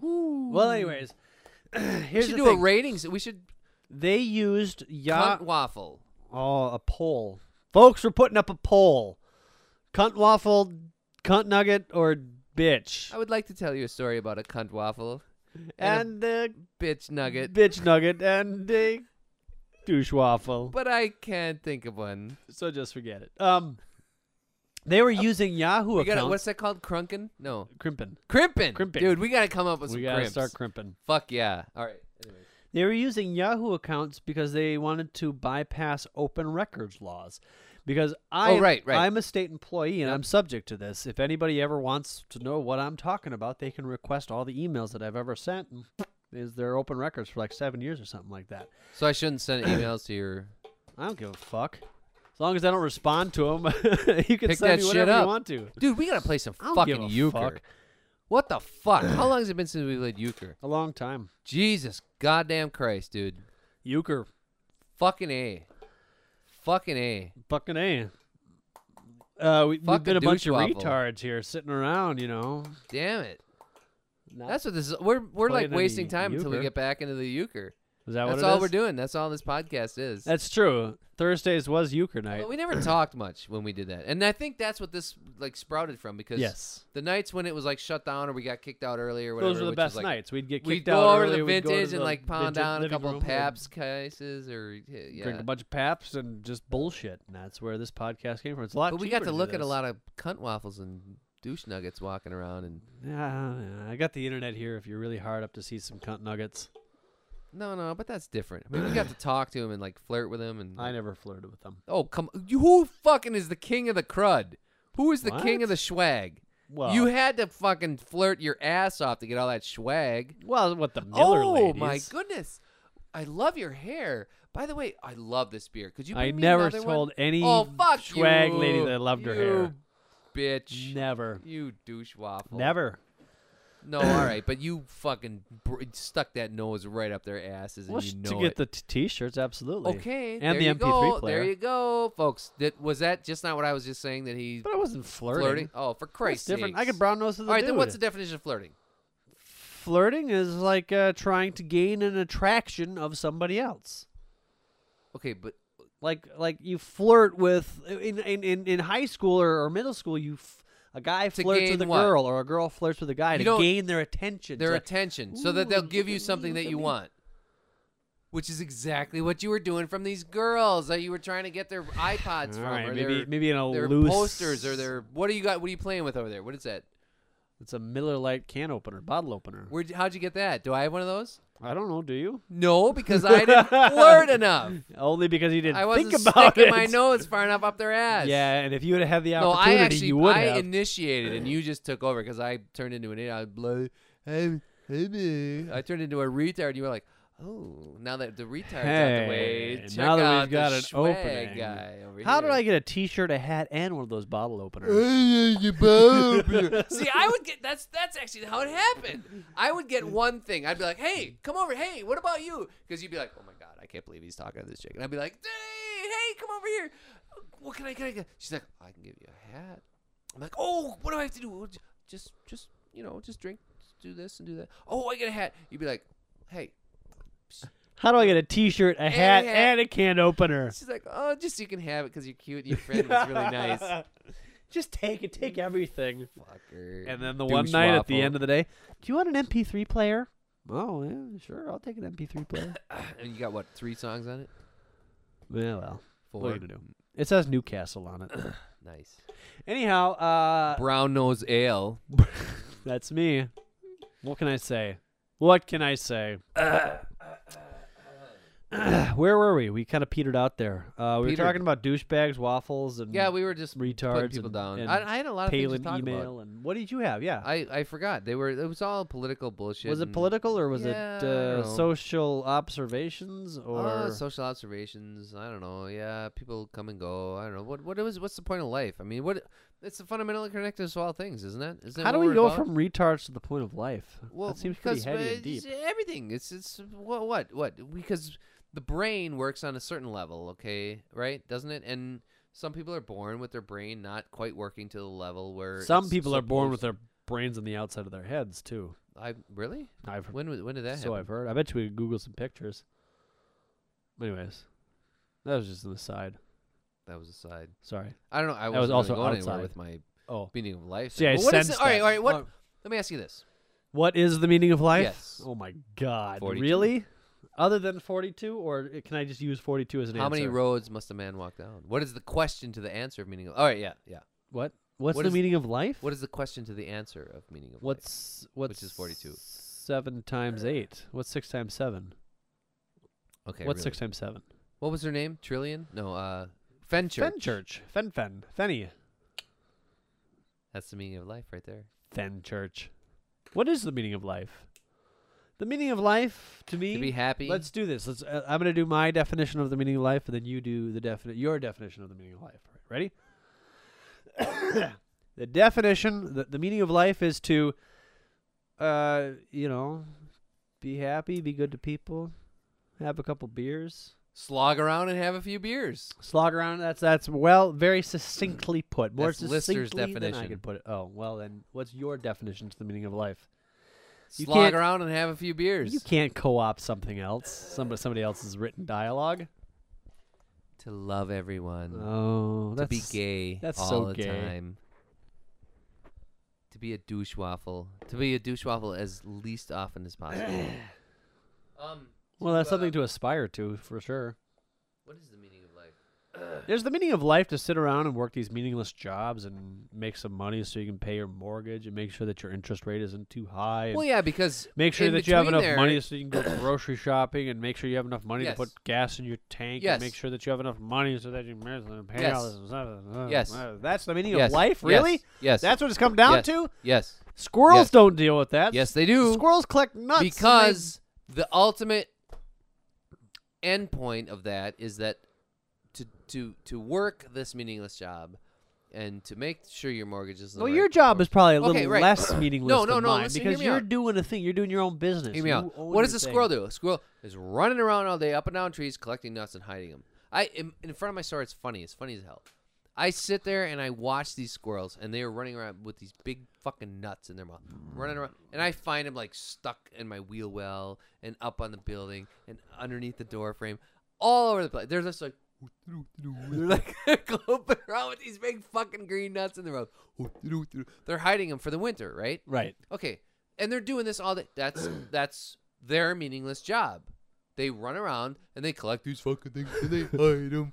[SPEAKER 3] Woo.
[SPEAKER 1] Well, anyways,
[SPEAKER 3] we
[SPEAKER 1] here's
[SPEAKER 3] should
[SPEAKER 1] the
[SPEAKER 3] do a
[SPEAKER 1] thing.
[SPEAKER 3] ratings. We should
[SPEAKER 1] They used ya-
[SPEAKER 3] cunt waffle.
[SPEAKER 1] Oh, a poll. Folks, we're putting up a poll. Cunt waffle, cunt nugget, or bitch.
[SPEAKER 3] I would like to tell you a story about a cunt waffle,
[SPEAKER 1] And the
[SPEAKER 3] bitch nugget.
[SPEAKER 1] bitch nugget and the douche waffle.
[SPEAKER 3] but I can't think of one.
[SPEAKER 1] so just forget it. Um, they were using Yahoo
[SPEAKER 3] We got
[SPEAKER 1] accounts.
[SPEAKER 3] what's that called? Crunkin? No,
[SPEAKER 1] Crimpin.
[SPEAKER 3] crimpin.
[SPEAKER 1] Crimpin.
[SPEAKER 3] Dude, we gotta come up with some
[SPEAKER 1] We gotta
[SPEAKER 3] crimps.
[SPEAKER 1] start crimping.
[SPEAKER 3] Fuck yeah! All right. Anyway.
[SPEAKER 1] They were using Yahoo accounts because they wanted to bypass open records laws. Because I,
[SPEAKER 3] Oh, right, right.
[SPEAKER 1] I'm a state employee and I'm subject to this. If anybody ever wants to know what I'm talking about, they can request all the emails that I've ever sent. And is there open records for like seven years or something like that?
[SPEAKER 3] So I shouldn't send emails to your.
[SPEAKER 1] I don't give a fuck. As long as I don't respond to them, you can
[SPEAKER 3] Pick that
[SPEAKER 1] send me
[SPEAKER 3] shit
[SPEAKER 1] whatever
[SPEAKER 3] up.
[SPEAKER 1] you want to.
[SPEAKER 3] Dude, we gotta play some
[SPEAKER 1] I don't
[SPEAKER 3] fucking
[SPEAKER 1] give a
[SPEAKER 3] euchre.
[SPEAKER 1] fuck.
[SPEAKER 3] What the fuck? How long has it been since we played euchre?
[SPEAKER 1] A long time.
[SPEAKER 3] Jesus, goddamn Christ, dude!
[SPEAKER 1] Euchre.
[SPEAKER 3] Fucking a. Fucking a.
[SPEAKER 1] Fucking A. Uh, we, we've
[SPEAKER 3] Fuck
[SPEAKER 1] been
[SPEAKER 3] a
[SPEAKER 1] a bunch of
[SPEAKER 3] douchewaffle.
[SPEAKER 1] retards here sitting around, you know.
[SPEAKER 3] Damn it.
[SPEAKER 1] Not-
[SPEAKER 3] That's what this is. We're we're
[SPEAKER 1] Playing
[SPEAKER 3] like
[SPEAKER 1] any
[SPEAKER 3] wasting time until we
[SPEAKER 1] euchre.
[SPEAKER 3] get back into the euchre.
[SPEAKER 1] is that what
[SPEAKER 3] That's
[SPEAKER 1] it
[SPEAKER 3] all
[SPEAKER 1] is?
[SPEAKER 3] we're doing. That's all this podcast is.
[SPEAKER 1] That's true. Thursdays was euchre night.
[SPEAKER 3] But we never talked much when we did that, and I think that's what this like sprouted from because
[SPEAKER 1] Yes.
[SPEAKER 3] the nights when it was like shut down or we got kicked out early or whatever.
[SPEAKER 1] Those were the
[SPEAKER 3] which was,
[SPEAKER 1] best
[SPEAKER 3] like,
[SPEAKER 1] nights. We'd get kicked
[SPEAKER 3] We'd
[SPEAKER 1] out
[SPEAKER 3] go over
[SPEAKER 1] early,
[SPEAKER 3] to the
[SPEAKER 1] we'd go
[SPEAKER 3] vintage
[SPEAKER 1] the
[SPEAKER 3] and like pound
[SPEAKER 1] vintage
[SPEAKER 3] down a
[SPEAKER 1] living
[SPEAKER 3] couple
[SPEAKER 1] room,
[SPEAKER 3] of
[SPEAKER 1] we'd
[SPEAKER 3] Paps cases or yeah.
[SPEAKER 1] Drink a bunch of paps and just bullshit, and that's where this podcast came from. It's a lot.
[SPEAKER 3] but we got
[SPEAKER 1] cheaper
[SPEAKER 3] to
[SPEAKER 1] do
[SPEAKER 3] look at a
[SPEAKER 1] this.
[SPEAKER 3] lot of cunt waffles and douche nuggets walking around, and
[SPEAKER 1] Yeah, yeah, I got the internet here. If you're really hard up to see some cunt nuggets,
[SPEAKER 3] no, no, but that's different. I mean, we got to talk to him and like flirt with him, and
[SPEAKER 1] I never flirted with them.
[SPEAKER 3] oh come, you, who fucking is the king of the crud? Who is the king
[SPEAKER 1] What?
[SPEAKER 3] of the swag?
[SPEAKER 1] Well,
[SPEAKER 3] you had to fucking flirt your ass off to get all that swag.
[SPEAKER 1] well, what the Miller
[SPEAKER 3] oh
[SPEAKER 1] ladies?
[SPEAKER 3] my goodness! I love your hair. By the way, I love this beer. Could you?
[SPEAKER 1] I
[SPEAKER 3] bring me
[SPEAKER 1] never
[SPEAKER 3] another one?
[SPEAKER 1] told any
[SPEAKER 3] oh, fuck
[SPEAKER 1] swag
[SPEAKER 3] you,
[SPEAKER 1] lady that I loved her hair.
[SPEAKER 3] hair. Bitch.
[SPEAKER 1] Never,
[SPEAKER 3] You douche waffle.
[SPEAKER 1] never.
[SPEAKER 3] No, all right, but you fucking br- stuck that nose right up their asses, and
[SPEAKER 1] Well,
[SPEAKER 3] you
[SPEAKER 1] sh-
[SPEAKER 3] know
[SPEAKER 1] to get
[SPEAKER 3] it.
[SPEAKER 1] the t- t-shirts, absolutely.
[SPEAKER 3] okay,
[SPEAKER 1] and
[SPEAKER 3] there
[SPEAKER 1] the
[SPEAKER 3] you
[SPEAKER 1] MP3
[SPEAKER 3] go,
[SPEAKER 1] player.
[SPEAKER 3] There you go, folks. That was that just not what I was just saying that he
[SPEAKER 1] But I wasn't flirting.
[SPEAKER 3] flirting. Oh, for
[SPEAKER 1] That's
[SPEAKER 3] Christ's sake!
[SPEAKER 1] different. I could brown nose to the
[SPEAKER 3] All right,
[SPEAKER 1] dude.
[SPEAKER 3] then what's the definition of flirting?
[SPEAKER 1] flirting is like uh, trying to gain an attraction of somebody else.
[SPEAKER 3] Okay, but
[SPEAKER 1] Like like you flirt with in in, in, in high school or, or middle school you f- a guy
[SPEAKER 3] To
[SPEAKER 1] flirts
[SPEAKER 3] gain
[SPEAKER 1] with a
[SPEAKER 3] what?
[SPEAKER 1] girl or a girl flirts with a guy
[SPEAKER 3] You
[SPEAKER 1] to
[SPEAKER 3] don't-
[SPEAKER 1] gain their attention.
[SPEAKER 3] their
[SPEAKER 1] to-
[SPEAKER 3] attention so that
[SPEAKER 1] "Ooh,
[SPEAKER 3] they'll
[SPEAKER 1] look
[SPEAKER 3] give
[SPEAKER 1] at
[SPEAKER 3] you
[SPEAKER 1] me,
[SPEAKER 3] something
[SPEAKER 1] look
[SPEAKER 3] that
[SPEAKER 1] at
[SPEAKER 3] you
[SPEAKER 1] me."
[SPEAKER 3] want which is exactly what you were doing from these girls that you were trying to get their iPods
[SPEAKER 1] All
[SPEAKER 3] from
[SPEAKER 1] right,
[SPEAKER 3] or
[SPEAKER 1] maybe
[SPEAKER 3] their,
[SPEAKER 1] maybe in a
[SPEAKER 3] their
[SPEAKER 1] loose
[SPEAKER 3] posters or their what do you got what are you playing with over there what is that
[SPEAKER 1] It's a Miller Lite can opener, bottle opener.
[SPEAKER 3] Where how'd you get that do I have one of those
[SPEAKER 1] I don't know, do you?
[SPEAKER 3] no because I didn't flirt enough
[SPEAKER 1] Only because you didn't
[SPEAKER 3] I wasn't
[SPEAKER 1] think about
[SPEAKER 3] sticking
[SPEAKER 1] it.
[SPEAKER 3] my nose far enough up their ass
[SPEAKER 1] Yeah, and if you would have had the
[SPEAKER 3] no
[SPEAKER 1] opportunity,
[SPEAKER 3] I actually
[SPEAKER 1] you would
[SPEAKER 3] I
[SPEAKER 1] have.
[SPEAKER 3] initiated and you just took over because I turned into an idiot I blew I turned into a retard. You were like, oh, now that the retard's out the way,
[SPEAKER 1] Hey,
[SPEAKER 3] check
[SPEAKER 1] now that
[SPEAKER 3] out
[SPEAKER 1] we've got
[SPEAKER 3] the
[SPEAKER 1] an
[SPEAKER 3] swag
[SPEAKER 1] opening."
[SPEAKER 3] guy over
[SPEAKER 1] How
[SPEAKER 3] here.
[SPEAKER 1] did I get a T-shirt, a hat, and one of those bottle openers?
[SPEAKER 3] get? See, I would get that's that's actually how it happened. I would get one thing. I'd be like, hey, come over. Hey, what about you? Because you'd be like, oh my god, I can't believe he's talking to this chick. And I'd be like, hey, hey, come over here. What can I can I get? She's like, "Oh, I can give you a hat. I'm like, oh, what do I have to do? Well, j- Just just you know, just drink, just do this and do that. Oh, I get a hat. You'd be like, hey,
[SPEAKER 1] How do I get a T-shirt, a hat,
[SPEAKER 3] hat.
[SPEAKER 1] and a can opener?
[SPEAKER 3] She's like, oh, just you can have it because you're cute and your friend was really nice.
[SPEAKER 1] Just take it, take everything.
[SPEAKER 3] Fucker.
[SPEAKER 1] And then the
[SPEAKER 3] Douche
[SPEAKER 1] one night at the
[SPEAKER 3] waffle.
[SPEAKER 1] end of the day, do you want an MP3 player? Oh yeah, sure, I'll take an MP3 player.
[SPEAKER 3] And you got what? Three songs on it?
[SPEAKER 1] yeah, well,
[SPEAKER 3] Four.
[SPEAKER 1] what are you gonna do? It says Newcastle on it.
[SPEAKER 3] Nice.
[SPEAKER 1] Anyhow, uh,
[SPEAKER 3] Brown nose ale.
[SPEAKER 1] that's me. What can I say? What can I say? Where were we? We kind of petered out there. Uh, we
[SPEAKER 3] Petered.
[SPEAKER 1] were talking about douchebags, waffles, and
[SPEAKER 3] Yeah, we were just putting
[SPEAKER 1] retards
[SPEAKER 3] people
[SPEAKER 1] and-
[SPEAKER 3] down.
[SPEAKER 1] and
[SPEAKER 3] I, I had a lot of things to
[SPEAKER 1] Palin
[SPEAKER 3] talk
[SPEAKER 1] email
[SPEAKER 3] about.
[SPEAKER 1] and what did you have? Yeah,
[SPEAKER 3] I, I forgot. They were. It was all political bullshit.
[SPEAKER 1] was it
[SPEAKER 3] and-
[SPEAKER 1] political or was
[SPEAKER 3] Yeah, I
[SPEAKER 1] it
[SPEAKER 3] don't
[SPEAKER 1] uh,
[SPEAKER 3] know.
[SPEAKER 1] social observations or
[SPEAKER 3] Uh, social observations. I don't know. Yeah, people come and go. I don't know. What what was what's the point of life? I mean, what it's the fundamental connectors of all things, isn't it? Isn't that
[SPEAKER 1] how do
[SPEAKER 3] what
[SPEAKER 1] we
[SPEAKER 3] we're
[SPEAKER 1] go
[SPEAKER 3] about?
[SPEAKER 1] from retards to the point of life?
[SPEAKER 3] Well,
[SPEAKER 1] that seems pretty
[SPEAKER 3] because,
[SPEAKER 1] heady
[SPEAKER 3] uh,
[SPEAKER 1] and deep.
[SPEAKER 3] it's Everything. It's it's what what what because the brain works on a certain level, okay, right? Doesn't it? And some people are born with their brain not quite working to the level where
[SPEAKER 1] Some
[SPEAKER 3] it's
[SPEAKER 1] people are born with
[SPEAKER 3] supposed-
[SPEAKER 1] their brains on the outside of their heads too.
[SPEAKER 3] I really
[SPEAKER 1] I've
[SPEAKER 3] when was- when did that
[SPEAKER 1] so
[SPEAKER 3] happen?
[SPEAKER 1] I've heard. I bet you we could Google some pictures. Anyways, that was just an aside.
[SPEAKER 3] that was a side.
[SPEAKER 1] Sorry.
[SPEAKER 3] I don't know. I
[SPEAKER 1] That was
[SPEAKER 3] wasn't
[SPEAKER 1] also
[SPEAKER 3] really going anywhere
[SPEAKER 1] outside.
[SPEAKER 3] with my
[SPEAKER 1] Oh,
[SPEAKER 3] meaning of life.
[SPEAKER 1] See, I
[SPEAKER 3] thing. But what is
[SPEAKER 1] sensed
[SPEAKER 3] it? All right,
[SPEAKER 1] that.
[SPEAKER 3] all right. What?
[SPEAKER 1] Uh,
[SPEAKER 3] let me ask you this.
[SPEAKER 1] What is the meaning of life?
[SPEAKER 3] Yes.
[SPEAKER 1] Oh my God.
[SPEAKER 3] 42.
[SPEAKER 1] Really? Other than 42, or i- can I just use 42 as an
[SPEAKER 3] How
[SPEAKER 1] answer?
[SPEAKER 3] many roads must a man walk down? What is the question to the answer of meaning of? All right, yeah, yeah.
[SPEAKER 1] What? What's
[SPEAKER 3] What
[SPEAKER 1] the
[SPEAKER 3] is-
[SPEAKER 1] meaning of life?
[SPEAKER 3] What is the question to the answer of meaning of life?
[SPEAKER 1] What's what's
[SPEAKER 3] is 42.
[SPEAKER 1] Seven times eight. What's six times seven?
[SPEAKER 3] Okay,
[SPEAKER 1] what's
[SPEAKER 3] really.
[SPEAKER 1] six times seven?
[SPEAKER 3] What was her name? Trillion? No, uh, Fenchurch.
[SPEAKER 1] Fenchurch. Fenfen. Fenny.
[SPEAKER 3] That's the meaning of life right there.
[SPEAKER 1] Fenchurch. What is the meaning of life? The meaning of life to me.
[SPEAKER 3] To be happy.
[SPEAKER 1] Let's do this. Let's. Uh, I'm gonna do my definition of the meaning of life, and then you do the definite your definition of the meaning of life. All right, Ready? the definition, the, the meaning of life is to, uh, you know, be happy, be good to people, have a couple beers,
[SPEAKER 3] slog around and have a few beers.
[SPEAKER 1] slog around. That's that's well, very succinctly put. More
[SPEAKER 3] That's
[SPEAKER 1] succinctly
[SPEAKER 3] Lister's
[SPEAKER 1] than I
[SPEAKER 3] definition.
[SPEAKER 1] could put it. Oh well, then what's your definition to the meaning of life? You
[SPEAKER 3] Slog
[SPEAKER 1] can't-
[SPEAKER 3] around and have a few beers.
[SPEAKER 1] You can't co-opt something else, somebody somebody else's written dialogue.
[SPEAKER 3] to love everyone.
[SPEAKER 1] Oh,
[SPEAKER 3] Hmm. to
[SPEAKER 1] that's
[SPEAKER 3] be gay
[SPEAKER 1] that's
[SPEAKER 3] all
[SPEAKER 1] so
[SPEAKER 3] the
[SPEAKER 1] gay.
[SPEAKER 3] time. To be a douche waffle. To be a douche waffle as least often as possible. um,
[SPEAKER 1] Well, that's something to aspire to for sure.
[SPEAKER 3] what is the meaning of life?
[SPEAKER 1] There's the meaning of life to sit around and work these meaningless jobs and make some money so you can pay your mortgage and make sure that your interest rate isn't too high. and
[SPEAKER 3] Well, yeah, because
[SPEAKER 1] Make sure
[SPEAKER 3] in
[SPEAKER 1] that you have
[SPEAKER 3] between
[SPEAKER 1] enough
[SPEAKER 3] there-
[SPEAKER 1] money so you can go grocery shopping, and make sure you have enough money
[SPEAKER 3] Yes.
[SPEAKER 1] to put gas in your tank,
[SPEAKER 3] Yes.
[SPEAKER 1] and make sure that you have enough money so that you can pay all
[SPEAKER 3] Yes.
[SPEAKER 1] this. and- Uh,
[SPEAKER 3] Yes.
[SPEAKER 1] that's the meaning
[SPEAKER 3] Yes.
[SPEAKER 1] of life,
[SPEAKER 3] Yes.
[SPEAKER 1] really.
[SPEAKER 3] Yes.
[SPEAKER 1] that's what it's come down
[SPEAKER 3] Yes.
[SPEAKER 1] to.
[SPEAKER 3] yes,
[SPEAKER 1] Squirrels
[SPEAKER 3] Yes.
[SPEAKER 1] don't deal with that.
[SPEAKER 3] yes, they do.
[SPEAKER 1] Squirrels collect nuts and they-
[SPEAKER 3] because the ultimate end point of that is that to to to work this meaningless job and to make sure your mortgage is in the
[SPEAKER 1] Well,
[SPEAKER 3] right
[SPEAKER 1] your job is probably a little
[SPEAKER 3] Okay, right.
[SPEAKER 1] less meaningless
[SPEAKER 3] No, no,
[SPEAKER 1] than
[SPEAKER 3] no,
[SPEAKER 1] mine
[SPEAKER 3] listen, hear
[SPEAKER 1] because
[SPEAKER 3] me
[SPEAKER 1] you're
[SPEAKER 3] out.
[SPEAKER 1] doing a thing. You're doing your own business.
[SPEAKER 3] Hear me
[SPEAKER 1] You
[SPEAKER 3] out.
[SPEAKER 1] own
[SPEAKER 3] What does
[SPEAKER 1] your
[SPEAKER 3] a squirrel
[SPEAKER 1] thing.
[SPEAKER 3] do? A squirrel is running around all day, up and down trees, collecting nuts and hiding them. I in, in front of my store. It's funny. It's funny as hell. I sit there and I watch these squirrels, and they are running around with these big fucking nuts in their mouth, running around. And I find them like stuck in my wheel well, and up on the building, and underneath the door frame, all over the place. They're just like, they're like groping around with these big fucking green nuts in their mouth. They're hiding them for the winter, right?
[SPEAKER 1] Right.
[SPEAKER 3] Okay, and they're doing this all day. That's that's their meaningless job. They run around and they collect these fucking things and they hide them.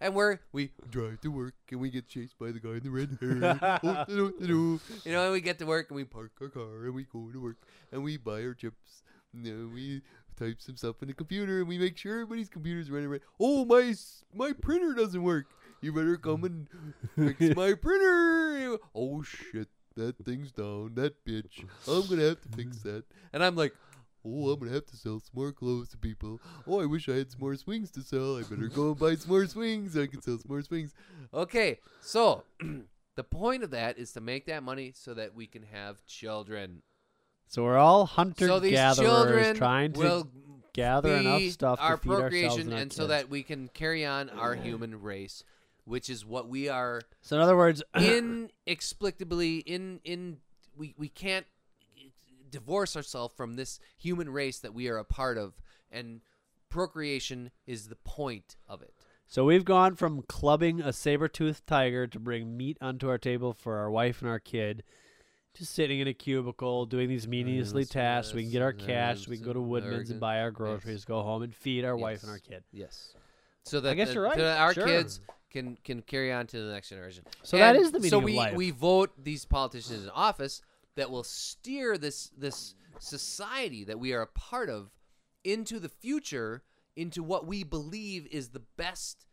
[SPEAKER 3] And we're we drive to work and we get chased by the guy in the red hair. Oh, do, do, do. you know, and we get to work and we park our car and we go to work and we buy our chips. And then we type some stuff in the computer and we make sure everybody's computer's running right. Oh my, s- my printer doesn't work. You better come and fix my printer. Oh shit, that thing's down. That bitch. I'm gonna have to fix that. And I'm like, oh, I'm gonna have to sell some more clothes to people. Oh, I wish I had some more swings to sell. I better go and buy some more swings. I can sell some more swings. Okay, so the point of that is to make that money so that we can have children.
[SPEAKER 1] So we're all hunter
[SPEAKER 3] So these
[SPEAKER 1] gatherers
[SPEAKER 3] children
[SPEAKER 1] trying to
[SPEAKER 3] will
[SPEAKER 1] gather enough
[SPEAKER 3] feed
[SPEAKER 1] stuff
[SPEAKER 3] our
[SPEAKER 1] to feed ourselves
[SPEAKER 3] procreation,
[SPEAKER 1] and, our
[SPEAKER 3] and so
[SPEAKER 1] kids.
[SPEAKER 3] that we can carry on our human race, which is what we are
[SPEAKER 1] So in other words,
[SPEAKER 3] inexplicably in in we we can't divorce ourselves from this human race that we are a part of and procreation is the point of it
[SPEAKER 1] so we've gone from clubbing a saber-toothed tiger to bring meat onto our table for our wife and our kid. to sitting in a cubicle doing these meaninglessly
[SPEAKER 3] that's-
[SPEAKER 1] tasks. We can get our
[SPEAKER 3] that's-
[SPEAKER 1] cash. We can go to
[SPEAKER 3] that's
[SPEAKER 1] Woodman's and
[SPEAKER 3] arrogant.
[SPEAKER 1] buy our
[SPEAKER 3] Yes.
[SPEAKER 1] groceries, go home and feed our wife and our
[SPEAKER 3] Yes.
[SPEAKER 1] kid.
[SPEAKER 3] yes so that,
[SPEAKER 1] guess
[SPEAKER 3] the-
[SPEAKER 1] you're right.
[SPEAKER 3] so that our
[SPEAKER 1] Sure.
[SPEAKER 3] kids can can carry on to the next generation
[SPEAKER 1] So that
[SPEAKER 3] And
[SPEAKER 1] is the meaning
[SPEAKER 3] so
[SPEAKER 1] of
[SPEAKER 3] we
[SPEAKER 1] life.
[SPEAKER 3] we vote these politicians in office that will steer this this society that we are a part of into the future into what we believe is the best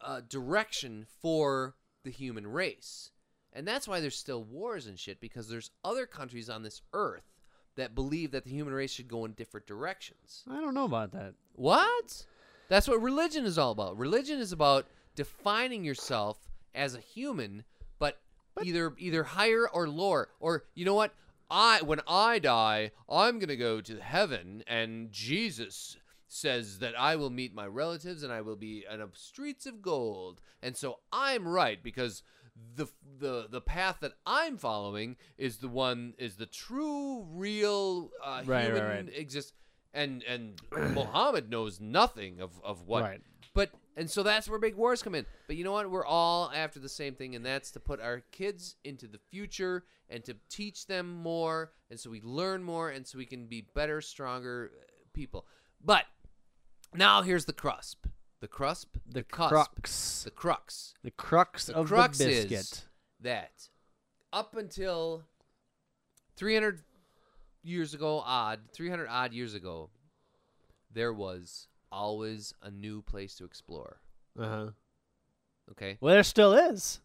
[SPEAKER 3] uh, direction for the human race. And that's why there's still wars and shit because there's other countries on this earth that believe that the human race should go in different directions.
[SPEAKER 1] I don't know about that.
[SPEAKER 3] What? That's what religion is all about. Religion is about defining yourself as a human, but, either either higher or lower. Or you know what? I when I die, I'm gonna go to heaven, and Jesus says that I will meet my relatives, and I will be on the streets of gold. And so I'm right because the the the path that I'm following is the one is the true, real uh,
[SPEAKER 1] Right, right,
[SPEAKER 3] human
[SPEAKER 1] right.
[SPEAKER 3] exists and and Muhammad knows nothing of of what
[SPEAKER 1] Right.
[SPEAKER 3] but and so that's where big wars come in but you know what we're all after the same thing and that's to put our kids into the future and to teach them more and so we learn more and so we can be better stronger uh, people but now here's the crusp the crusp the, cusp
[SPEAKER 1] crux.
[SPEAKER 3] the crux
[SPEAKER 1] The crux
[SPEAKER 3] the
[SPEAKER 1] of
[SPEAKER 3] crux
[SPEAKER 1] the biscuit.
[SPEAKER 3] is that up until 300 years ago odd 300 odd years ago there was always a new place to explore
[SPEAKER 1] Uh-huh.
[SPEAKER 3] okay
[SPEAKER 1] Well, there still is.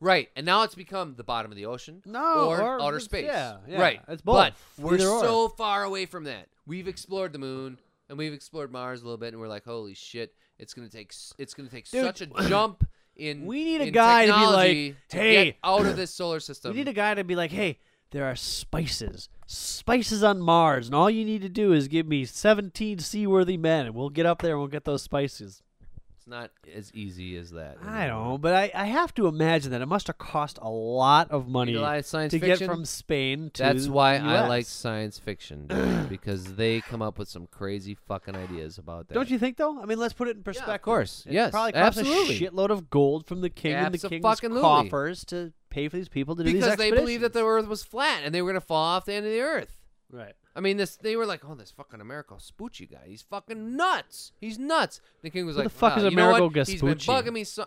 [SPEAKER 3] right and now it's become the bottom of the ocean
[SPEAKER 1] No,
[SPEAKER 3] or,
[SPEAKER 1] or
[SPEAKER 3] outer
[SPEAKER 1] it's-
[SPEAKER 3] space
[SPEAKER 1] yeah, yeah,
[SPEAKER 3] right
[SPEAKER 1] it's
[SPEAKER 3] but
[SPEAKER 1] both,
[SPEAKER 3] we're
[SPEAKER 1] either or.
[SPEAKER 3] so far away from that we've explored the moon and we've explored mars a little bit and we're like holy shit it's gonna take s- it's gonna take
[SPEAKER 1] Dude,
[SPEAKER 3] such a jump in
[SPEAKER 1] we need a
[SPEAKER 3] in
[SPEAKER 1] guy to be like,
[SPEAKER 3] technology to get
[SPEAKER 1] "Hey,
[SPEAKER 3] out of this solar system
[SPEAKER 1] We need a guy to be like, hey, there are spices, spices on Mars, and all you need to do is give me 17 seaworthy men, and we'll get up there and we'll get those spices.
[SPEAKER 3] It's not as easy as that.
[SPEAKER 1] I don't know, but I, I have to imagine that it must have cost a lot of money
[SPEAKER 3] like
[SPEAKER 1] to
[SPEAKER 3] science
[SPEAKER 1] get
[SPEAKER 3] fiction?
[SPEAKER 1] from Spain to
[SPEAKER 3] That's why
[SPEAKER 1] the
[SPEAKER 3] I like
[SPEAKER 1] US.
[SPEAKER 3] science fiction dude, because they come up with some crazy fucking ideas about that.
[SPEAKER 1] Don't you think though? I mean, let's put it in perspective.
[SPEAKER 3] course.
[SPEAKER 1] It
[SPEAKER 3] Yes,
[SPEAKER 1] probably cost
[SPEAKER 3] absolutely.
[SPEAKER 1] a shitload of gold from the king and the king's
[SPEAKER 3] Abso-fucking-lutely.
[SPEAKER 1] coffers to pay for these people to do these
[SPEAKER 3] Because they believed that the
[SPEAKER 1] expeditions.
[SPEAKER 3] Earth was flat and they were gonna fall off the end of the Earth.
[SPEAKER 1] right.
[SPEAKER 3] I mean, this they were like, "Oh, this fucking Amerigo Vespucci guy, he's fucking nuts. He's nuts." The king was
[SPEAKER 1] Who the
[SPEAKER 3] like,
[SPEAKER 1] fuck
[SPEAKER 3] "Wow,
[SPEAKER 1] is
[SPEAKER 3] you know what?
[SPEAKER 1] Amerigo
[SPEAKER 3] He's been
[SPEAKER 1] Vespucci?"
[SPEAKER 3] bugging me." So-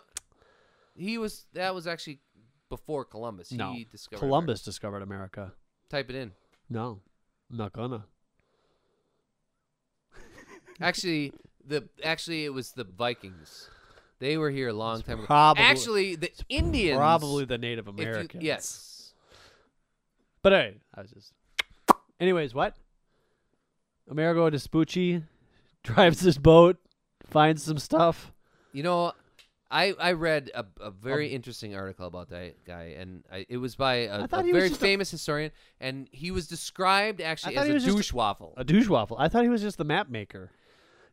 [SPEAKER 3] he was that was actually before Columbus.
[SPEAKER 1] No,
[SPEAKER 3] He discovered America.
[SPEAKER 1] Columbus discovered America.
[SPEAKER 3] Type it in.
[SPEAKER 1] No, I'm not gonna.
[SPEAKER 3] Actually, the actually it was the Vikings. They were here a long time ago.
[SPEAKER 1] probably-
[SPEAKER 3] actually, the Indians.
[SPEAKER 1] Probably the Native
[SPEAKER 3] if you-
[SPEAKER 1] Americans.
[SPEAKER 3] yes.
[SPEAKER 1] But hey, I was just. Anyways, what? Amerigo Vespucci drives his boat, finds some stuff.
[SPEAKER 3] You know, I I read a, a very interesting article about that guy, and I, it was by a,
[SPEAKER 1] Um, I thought
[SPEAKER 3] a
[SPEAKER 1] he was
[SPEAKER 3] very
[SPEAKER 1] just a-
[SPEAKER 3] famous historian, and he was described actually
[SPEAKER 1] thought
[SPEAKER 3] as
[SPEAKER 1] he
[SPEAKER 3] a
[SPEAKER 1] was just a-
[SPEAKER 3] douchewaffle.
[SPEAKER 1] A douchewaffle. I thought he was just the map maker.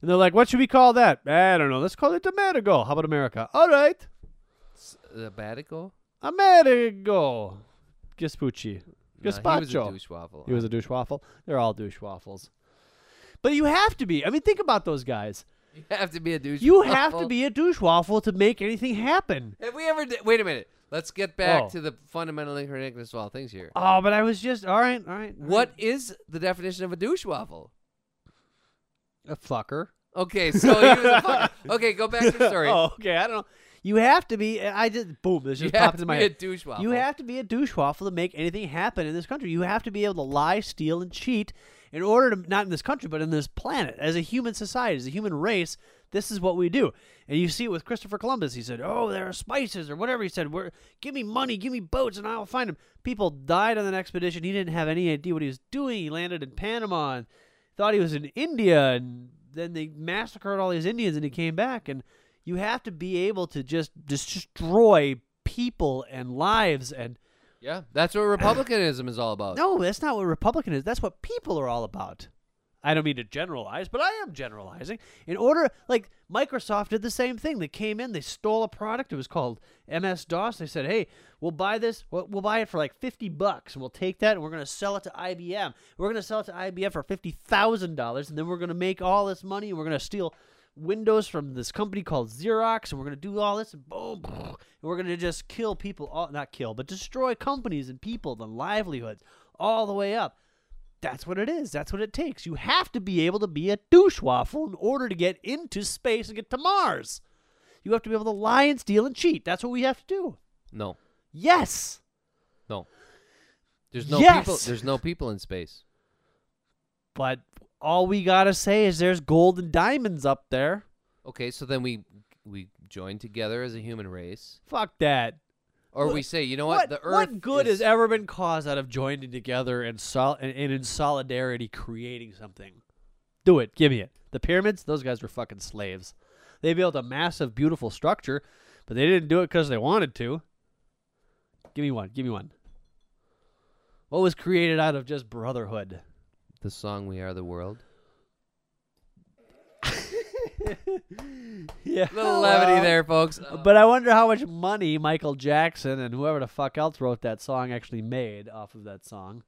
[SPEAKER 1] And they're like, what should we call that? Eh, I don't know. Let's call it Amerigo. How about America? All right.
[SPEAKER 3] Sabbatical?
[SPEAKER 1] Amerigo. Vespucci.
[SPEAKER 3] No, he was a
[SPEAKER 1] Gazpacho.
[SPEAKER 3] douchewaffle.
[SPEAKER 1] He was a douchewaffle. They're all douchewaffles. But you have to be. I mean, think about those guys.
[SPEAKER 3] you have to be a douche.
[SPEAKER 1] You have to be a douchewaffle to make anything happen.
[SPEAKER 3] Have we ever? d Wait a minute. Let's get back
[SPEAKER 1] Oh.
[SPEAKER 3] to the fundamentally ridiculous of all things here.
[SPEAKER 1] Oh, but I was just all right, all right. all
[SPEAKER 3] What is the definition of a douchewaffle?
[SPEAKER 1] right. A fucker.
[SPEAKER 3] Okay, so he was a fucker. Okay, go back to the story.
[SPEAKER 1] Oh, okay. I don't know. You have to be. I just boom. This
[SPEAKER 3] you
[SPEAKER 1] just
[SPEAKER 3] have
[SPEAKER 1] popped
[SPEAKER 3] to
[SPEAKER 1] in
[SPEAKER 3] be
[SPEAKER 1] my
[SPEAKER 3] a
[SPEAKER 1] head.
[SPEAKER 3] douchewaffle.
[SPEAKER 1] You have to be a douchewaffle to make anything happen in this country. You have to be able to lie, steal, and cheat in order to not in this country, but in this planet as a human society, as a human race. This is what we do, and you see it with Christopher Columbus. He said, "Oh, there are spices or whatever." He said, "Where? Give me money, give me boats, and I'll find them." People died on an expedition. He didn't have any idea what he was doing. He landed in Panama and thought he was in India, and then they massacred all these Indians, and he came back. And you have to be able to just destroy people and lives and
[SPEAKER 3] Yeah, that's what republicanism is all about.
[SPEAKER 1] no, that's not what Republican is. That's what people are all about. I don't mean to generalize, but I am generalizing. In order, like Microsoft did the same thing. They came in, they stole a product. It was called MS DOS. They said, "Hey, we'll buy this. We'll, we'll buy it for like fifty bucks, and we'll take that, and we're going to sell it to IBM. We're going to sell it to IBM for fifty thousand dollars, and then we're going to make all this money, and we're going to steal Windows from this company called Xerox, and we're going to do all this, and boom, and we're going to just kill people, all, not kill, but destroy companies and people, and livelihoods, all the way up. That's what it is. That's what it takes. You have to be able to be a douchewaffle in order to get into space and get to Mars. You have to be able to lie and steal and cheat. That's what we have to do.
[SPEAKER 3] No,
[SPEAKER 1] Yes.
[SPEAKER 3] no. There's no
[SPEAKER 1] Yes!
[SPEAKER 3] people. There's no people in space.
[SPEAKER 1] But all we gotta say is there's gold and diamonds up there.
[SPEAKER 3] Okay, so then we we join together as a human race,
[SPEAKER 1] Fuck that.
[SPEAKER 3] or
[SPEAKER 1] What-
[SPEAKER 3] we say, you know what, the Earth.
[SPEAKER 1] what good has ever been caused out of joining together and, sol- and, and in solidarity creating something? Do it. Give me it. The pyramids, those guys were fucking slaves. They built a massive, beautiful structure, but they didn't do it because they wanted to. Give me one. Give me one. What was created out of just brotherhood?
[SPEAKER 3] the song "We Are the World"?
[SPEAKER 1] Yeah.
[SPEAKER 3] Little levity there, folks.
[SPEAKER 1] But I wonder how much money Michael Jackson and whoever the fuck else wrote that song actually made off of that song.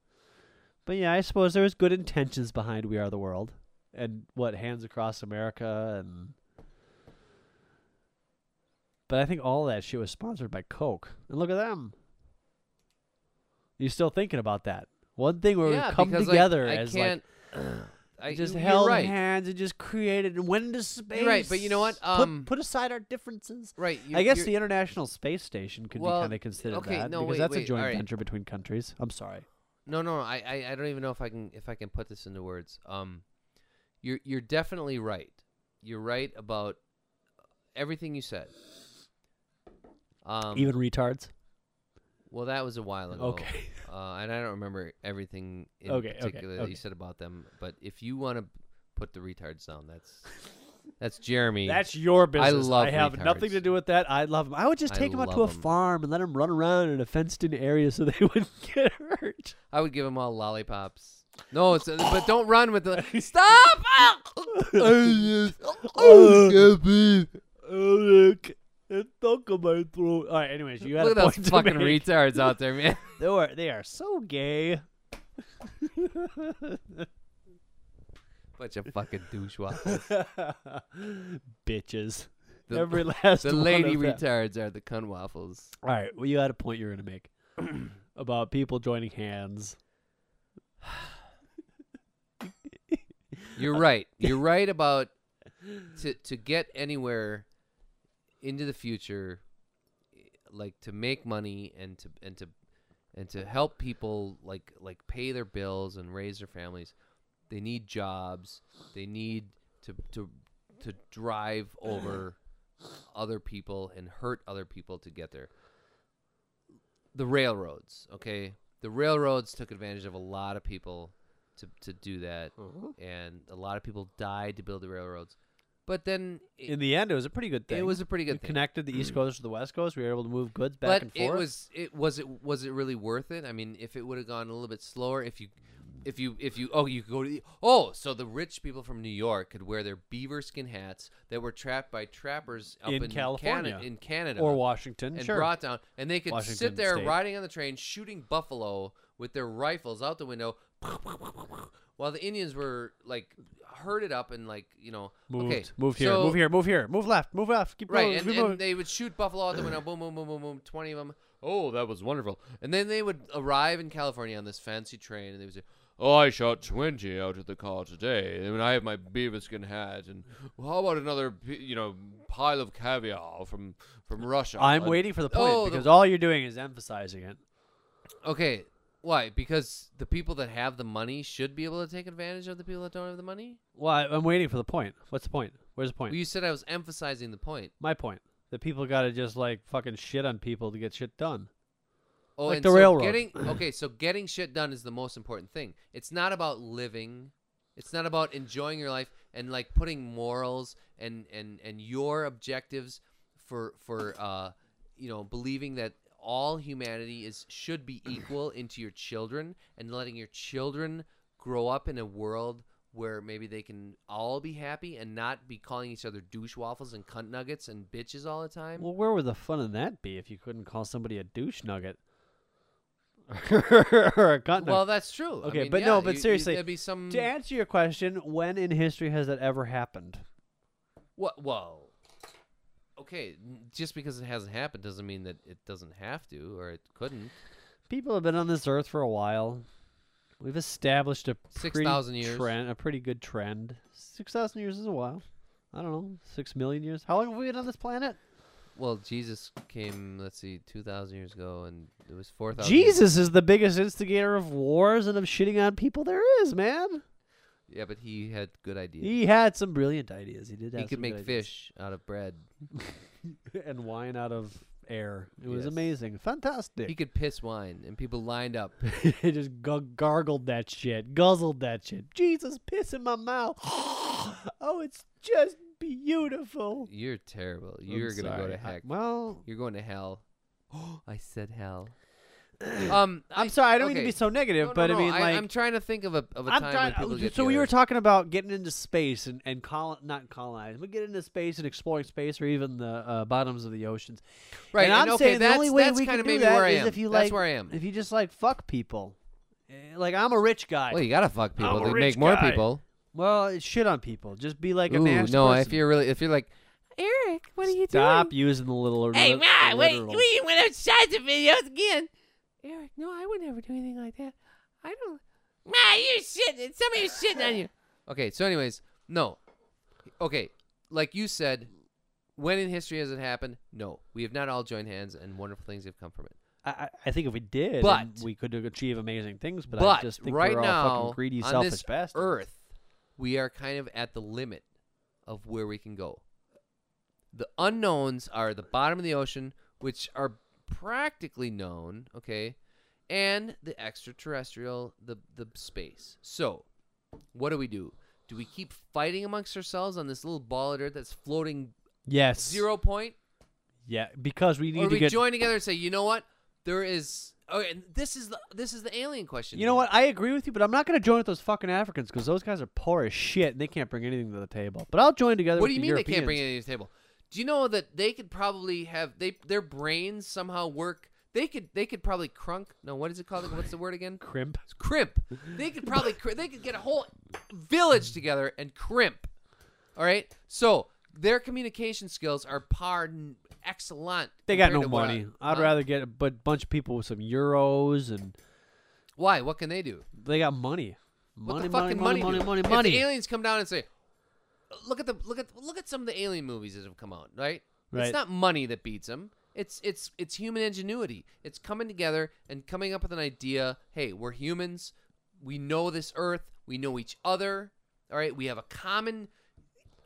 [SPEAKER 1] But yeah, I suppose there was good intentions behind "We Are the World" and what "Hands Across America" and. But I think all that shit was sponsored by Coke, and look at them. You still thinking about that? One thing where
[SPEAKER 3] yeah,
[SPEAKER 1] we come
[SPEAKER 3] because, like,
[SPEAKER 1] together
[SPEAKER 3] I
[SPEAKER 1] as
[SPEAKER 3] can't. I,
[SPEAKER 1] like just
[SPEAKER 3] you're
[SPEAKER 1] held
[SPEAKER 3] right.
[SPEAKER 1] hands and just created and went into space.
[SPEAKER 3] You're right, but you know what?
[SPEAKER 1] Put-
[SPEAKER 3] Um,
[SPEAKER 1] put aside our differences.
[SPEAKER 3] Right. You,
[SPEAKER 1] I guess
[SPEAKER 3] you're-
[SPEAKER 1] the International Space Station could
[SPEAKER 3] Well,
[SPEAKER 1] be kind of considered
[SPEAKER 3] okay,
[SPEAKER 1] that
[SPEAKER 3] no,
[SPEAKER 1] because
[SPEAKER 3] wait,
[SPEAKER 1] that's a
[SPEAKER 3] wait,
[SPEAKER 1] joint
[SPEAKER 3] alright.
[SPEAKER 1] venture between countries. I'm sorry.
[SPEAKER 3] No, no, I, I, I don't even know if I can if I can put this into words. Um, you're you're definitely right. You're right about everything you said. Um,
[SPEAKER 1] Even retards.
[SPEAKER 3] well, that was a while ago.
[SPEAKER 1] Okay.
[SPEAKER 3] Uh, and I don't remember everything in
[SPEAKER 1] Okay, okay,
[SPEAKER 3] particular that
[SPEAKER 1] okay.
[SPEAKER 3] you said about them. But if you want to put the retards down, that's that's Jeremy.
[SPEAKER 1] That's your business.
[SPEAKER 3] love
[SPEAKER 1] I have nothing
[SPEAKER 3] retards.
[SPEAKER 1] to do with that. I love them. I would just
[SPEAKER 3] I
[SPEAKER 1] take them out to a
[SPEAKER 3] love 'em.
[SPEAKER 1] farm and let them run around in a fenced-in area so they wouldn't get hurt.
[SPEAKER 3] I would give them all lollipops. No, it's, uh, but don't run with the stop. Ah! Oh,
[SPEAKER 1] Look, it's stuck in my throat. All right. Anyways, you had
[SPEAKER 3] Look
[SPEAKER 1] a
[SPEAKER 3] at
[SPEAKER 1] point
[SPEAKER 3] those
[SPEAKER 1] to
[SPEAKER 3] fucking
[SPEAKER 1] make.
[SPEAKER 3] retards out there, man.
[SPEAKER 1] They are they are so gay.
[SPEAKER 3] Bunch of fucking douchewaffles.
[SPEAKER 1] Bitches.
[SPEAKER 3] The-
[SPEAKER 1] Every last
[SPEAKER 3] the
[SPEAKER 1] one
[SPEAKER 3] lady
[SPEAKER 1] of them.
[SPEAKER 3] retards are the cunt waffles.
[SPEAKER 1] All right. Well, you had a point you were going to make about people joining hands.
[SPEAKER 3] You're right. You're right about to to get anywhere into the future, like to make money and to and to and to help people like like pay their bills and raise their families. They need jobs. They need to to to drive over other people and hurt other people to get there. The railroads, okay? The railroads took advantage of a lot of people to to do that and a lot of people died to build the railroads. But then it,
[SPEAKER 1] In the end, it was a pretty good thing.
[SPEAKER 3] it was a pretty
[SPEAKER 1] we
[SPEAKER 3] good thing. Mm.
[SPEAKER 1] connected the East Coast to the West Coast. We were able to move goods back
[SPEAKER 3] But
[SPEAKER 1] and
[SPEAKER 3] it
[SPEAKER 1] forth.
[SPEAKER 3] was it was it was it really worth it? I mean, if it would have gone a little bit slower, if you if you if you oh you go to the, oh so the rich people from New York could wear their beaver skin hats that were trapped by trappers up
[SPEAKER 1] In
[SPEAKER 3] in,
[SPEAKER 1] California.
[SPEAKER 3] Canada, in Canada
[SPEAKER 1] or Washington,
[SPEAKER 3] and
[SPEAKER 1] sure.
[SPEAKER 3] brought down, and they could
[SPEAKER 1] Washington
[SPEAKER 3] sit there
[SPEAKER 1] State.
[SPEAKER 3] riding on the train, shooting buffalo with their rifles out the window, while the Indians were like herded up and like you know
[SPEAKER 1] moved,
[SPEAKER 3] okay
[SPEAKER 1] move here,
[SPEAKER 3] so-
[SPEAKER 1] move here, move here, move left, move left, keep
[SPEAKER 3] Right,
[SPEAKER 1] moving,
[SPEAKER 3] and,
[SPEAKER 1] keep
[SPEAKER 3] and
[SPEAKER 1] moving.
[SPEAKER 3] they would shoot buffalo out the window, boom, boom, boom, boom, boom, twenty of them. Oh, that was wonderful. And then they would arrive in California on this fancy train, and they would say, "Oh, I shot twenty out of the car today, and I have my beaver skin hat, and how about another, p- you know, pile of caviar from from Russia?"
[SPEAKER 1] I'm
[SPEAKER 3] And-
[SPEAKER 1] waiting for the point
[SPEAKER 3] Oh, the-
[SPEAKER 1] because all you're doing is emphasizing it.
[SPEAKER 3] Okay, why? Because the people that have the money should be able to take advantage of the people that don't have the money.
[SPEAKER 1] Well, I, I'm waiting for the point. What's the point? Where's the point?
[SPEAKER 3] Well, you said I was emphasizing the point.
[SPEAKER 1] My point. That people got to just like fucking shit on people to get shit done.
[SPEAKER 3] Oh,
[SPEAKER 1] Like
[SPEAKER 3] and
[SPEAKER 1] the
[SPEAKER 3] so
[SPEAKER 1] railroad.
[SPEAKER 3] Getting, okay, so getting shit done is the most important thing. It's not about living. It's not about enjoying your life and like putting morals and and and your objectives for for uh you know believing that all humanity is should be equal into your children and letting your children grow up in a world where maybe they can all be happy and not be calling each other douche waffles and cunt nuggets and bitches all the time.
[SPEAKER 1] Well, where would the fun in that be if you couldn't call somebody a douche nugget or a cunt
[SPEAKER 3] Well, mm.
[SPEAKER 1] nugget?
[SPEAKER 3] that's true. I
[SPEAKER 1] Okay,
[SPEAKER 3] mean,
[SPEAKER 1] but
[SPEAKER 3] yeah,
[SPEAKER 1] no, but
[SPEAKER 3] you- you-
[SPEAKER 1] seriously,
[SPEAKER 3] there'd be some.
[SPEAKER 1] to answer your question, when in history has that ever happened?
[SPEAKER 3] What? Whoa. Okay, n- just because it hasn't happened doesn't mean that it doesn't have to or it couldn't.
[SPEAKER 1] People have been on this earth for a while. We've established a
[SPEAKER 3] Six
[SPEAKER 1] pretty
[SPEAKER 3] thousand years.
[SPEAKER 1] trend, a pretty good trend. Six thousand years is a while. I don't know, six million years. How long have we been on this planet?
[SPEAKER 3] Well, Jesus came. Let's see, two thousand years ago, and it was four thousand.
[SPEAKER 1] Jesus is the biggest instigator of wars and of shitting on people there is, man.
[SPEAKER 3] Yeah, but he had good ideas.
[SPEAKER 1] He had some brilliant ideas. He did.
[SPEAKER 3] He,
[SPEAKER 1] Have
[SPEAKER 3] could
[SPEAKER 1] some
[SPEAKER 3] make
[SPEAKER 1] good ideas.
[SPEAKER 3] fish out of bread.
[SPEAKER 1] and wine out of air. It was
[SPEAKER 3] Yes.
[SPEAKER 1] amazing, fantastic.
[SPEAKER 3] He could piss wine, and people lined up.
[SPEAKER 1] He just gu- gargled that shit, guzzled that shit. Jesus, piss in my mouth. oh, it's just beautiful.
[SPEAKER 3] You're terrible.
[SPEAKER 1] I'm
[SPEAKER 3] You're gonna go
[SPEAKER 1] sorry.
[SPEAKER 3] to
[SPEAKER 1] I-
[SPEAKER 3] heck.
[SPEAKER 1] well,
[SPEAKER 3] You're going to hell. I said hell. um,
[SPEAKER 1] I'm sorry. I don't mean to
[SPEAKER 3] okay.
[SPEAKER 1] be so negative,
[SPEAKER 3] No, no,
[SPEAKER 1] but
[SPEAKER 3] no,
[SPEAKER 1] I mean, like,
[SPEAKER 3] am trying to think of a of a
[SPEAKER 1] I'm
[SPEAKER 3] time
[SPEAKER 1] trying-
[SPEAKER 3] when people
[SPEAKER 1] uh,
[SPEAKER 3] get
[SPEAKER 1] so we
[SPEAKER 3] together.
[SPEAKER 1] were talking about getting into space and and colon, not colonizing, but getting into space and exploring space or even the uh, bottoms of the oceans.
[SPEAKER 3] right.
[SPEAKER 1] And, I'm
[SPEAKER 3] okay,
[SPEAKER 1] saying
[SPEAKER 3] that's,
[SPEAKER 1] the only way
[SPEAKER 3] that's
[SPEAKER 1] we
[SPEAKER 3] kind
[SPEAKER 1] can
[SPEAKER 3] of
[SPEAKER 1] do
[SPEAKER 3] maybe
[SPEAKER 1] that
[SPEAKER 3] where I
[SPEAKER 1] is
[SPEAKER 3] am.
[SPEAKER 1] if you like,
[SPEAKER 3] that's where I am.
[SPEAKER 1] If you just like fuck people, Eh, like I'm a rich guy.
[SPEAKER 3] Well, you gotta fuck people
[SPEAKER 1] I'm a
[SPEAKER 3] to
[SPEAKER 1] rich
[SPEAKER 3] make more
[SPEAKER 1] guy.
[SPEAKER 3] people.
[SPEAKER 1] Well, it's shit on people. Just be like a
[SPEAKER 3] Ooh,
[SPEAKER 1] nasty
[SPEAKER 3] no,
[SPEAKER 1] person.
[SPEAKER 3] if you're really, if you're like, Eric, what are you
[SPEAKER 1] Stop
[SPEAKER 3] doing?
[SPEAKER 1] using the little.
[SPEAKER 4] Hey,
[SPEAKER 1] lit-
[SPEAKER 4] Ma, wait,
[SPEAKER 1] literal.
[SPEAKER 4] we went outside the videos again. Eric, no, I would never do anything like that. I don't. Ma, you're shitting. Somebody's shitting on you.
[SPEAKER 3] Okay, so anyways, no. Okay, like you said, when in history has it happened? No, we have not all joined hands, and wonderful things have come from it.
[SPEAKER 1] I, I- I think if we did,
[SPEAKER 3] But-
[SPEAKER 1] then we could achieve amazing things. But, I
[SPEAKER 3] but
[SPEAKER 1] just think
[SPEAKER 3] right
[SPEAKER 1] we're all
[SPEAKER 3] now,
[SPEAKER 1] fucking greedy,
[SPEAKER 3] on
[SPEAKER 1] selfish
[SPEAKER 3] this
[SPEAKER 1] bastards.
[SPEAKER 3] Earth, we are kind of at the limit of where we can go. The unknowns are the bottom of the ocean, which are practically known, okay, and the extraterrestrial, the the space. So, what do we do? Do we keep fighting amongst ourselves on this little ball of earth that's floating
[SPEAKER 1] Yes.
[SPEAKER 3] zero point?
[SPEAKER 1] Yeah, because we need
[SPEAKER 3] or
[SPEAKER 1] to
[SPEAKER 3] we
[SPEAKER 1] get.
[SPEAKER 3] join together and say, you know what? There is. Oh, and this is the this is the alien question.
[SPEAKER 1] you know what? I agree with you, but I'm not going to join with those fucking Africans because those guys are poor as shit and they can't bring anything to the table. But I'll join together.
[SPEAKER 3] What
[SPEAKER 1] with
[SPEAKER 3] do you
[SPEAKER 1] the
[SPEAKER 3] mean they can't bring
[SPEAKER 1] Europeans.
[SPEAKER 3] anything to the table? Do you know that they could probably have they their brains somehow work? They could they could probably crunk. No, what is it called? What's the word again?
[SPEAKER 1] Crimp.
[SPEAKER 3] Crimp. They could probably cr- they could get a whole village together and crimp. All right. So their communication skills are par n- excellent.
[SPEAKER 1] They got
[SPEAKER 3] compared
[SPEAKER 1] no
[SPEAKER 3] to what I-
[SPEAKER 1] money. I'd
[SPEAKER 3] Huh?
[SPEAKER 1] rather get a bu- bunch of people with some euros and
[SPEAKER 3] Why? What can they do?
[SPEAKER 1] they got money.
[SPEAKER 3] What
[SPEAKER 1] Money,
[SPEAKER 3] the fucking
[SPEAKER 1] money, money, money,
[SPEAKER 3] do?
[SPEAKER 1] money,
[SPEAKER 3] If
[SPEAKER 1] money.
[SPEAKER 3] the aliens come down and say, "Look at the look at look at some of the alien movies that have come out, right?
[SPEAKER 1] Right.
[SPEAKER 3] It's not money that beats them. It's it's it's human ingenuity. It's coming together and coming up with an idea. Hey, we're humans. We know this Earth. We know each other. All right. We have a common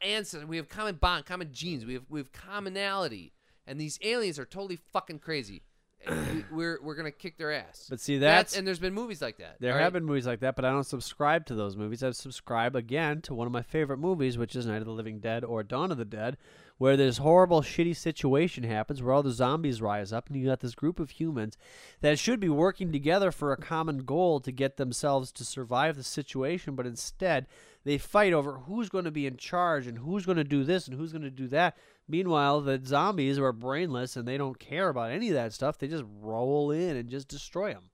[SPEAKER 3] ancestor. We have common bond, common genes. We have we have commonality. And these aliens are totally fucking crazy. And we- we're we're gonna kick their ass.
[SPEAKER 1] But see, that's-
[SPEAKER 3] and there's been movies like that.
[SPEAKER 1] There
[SPEAKER 3] all
[SPEAKER 1] have
[SPEAKER 3] right?
[SPEAKER 1] been movies like that, but I don't subscribe to those movies. I subscribe again to one of my favorite movies, which is Night of the Living Dead or Dawn of the Dead, where this horrible, shitty situation happens where all the zombies rise up, and you got this group of humans that should be working together for a common goal to get themselves to survive the situation, but instead they fight over who's going to be in charge and who's going to do this and who's going to do that. Meanwhile, the zombies are brainless and they don't care about any of that stuff. They just roll in and just destroy them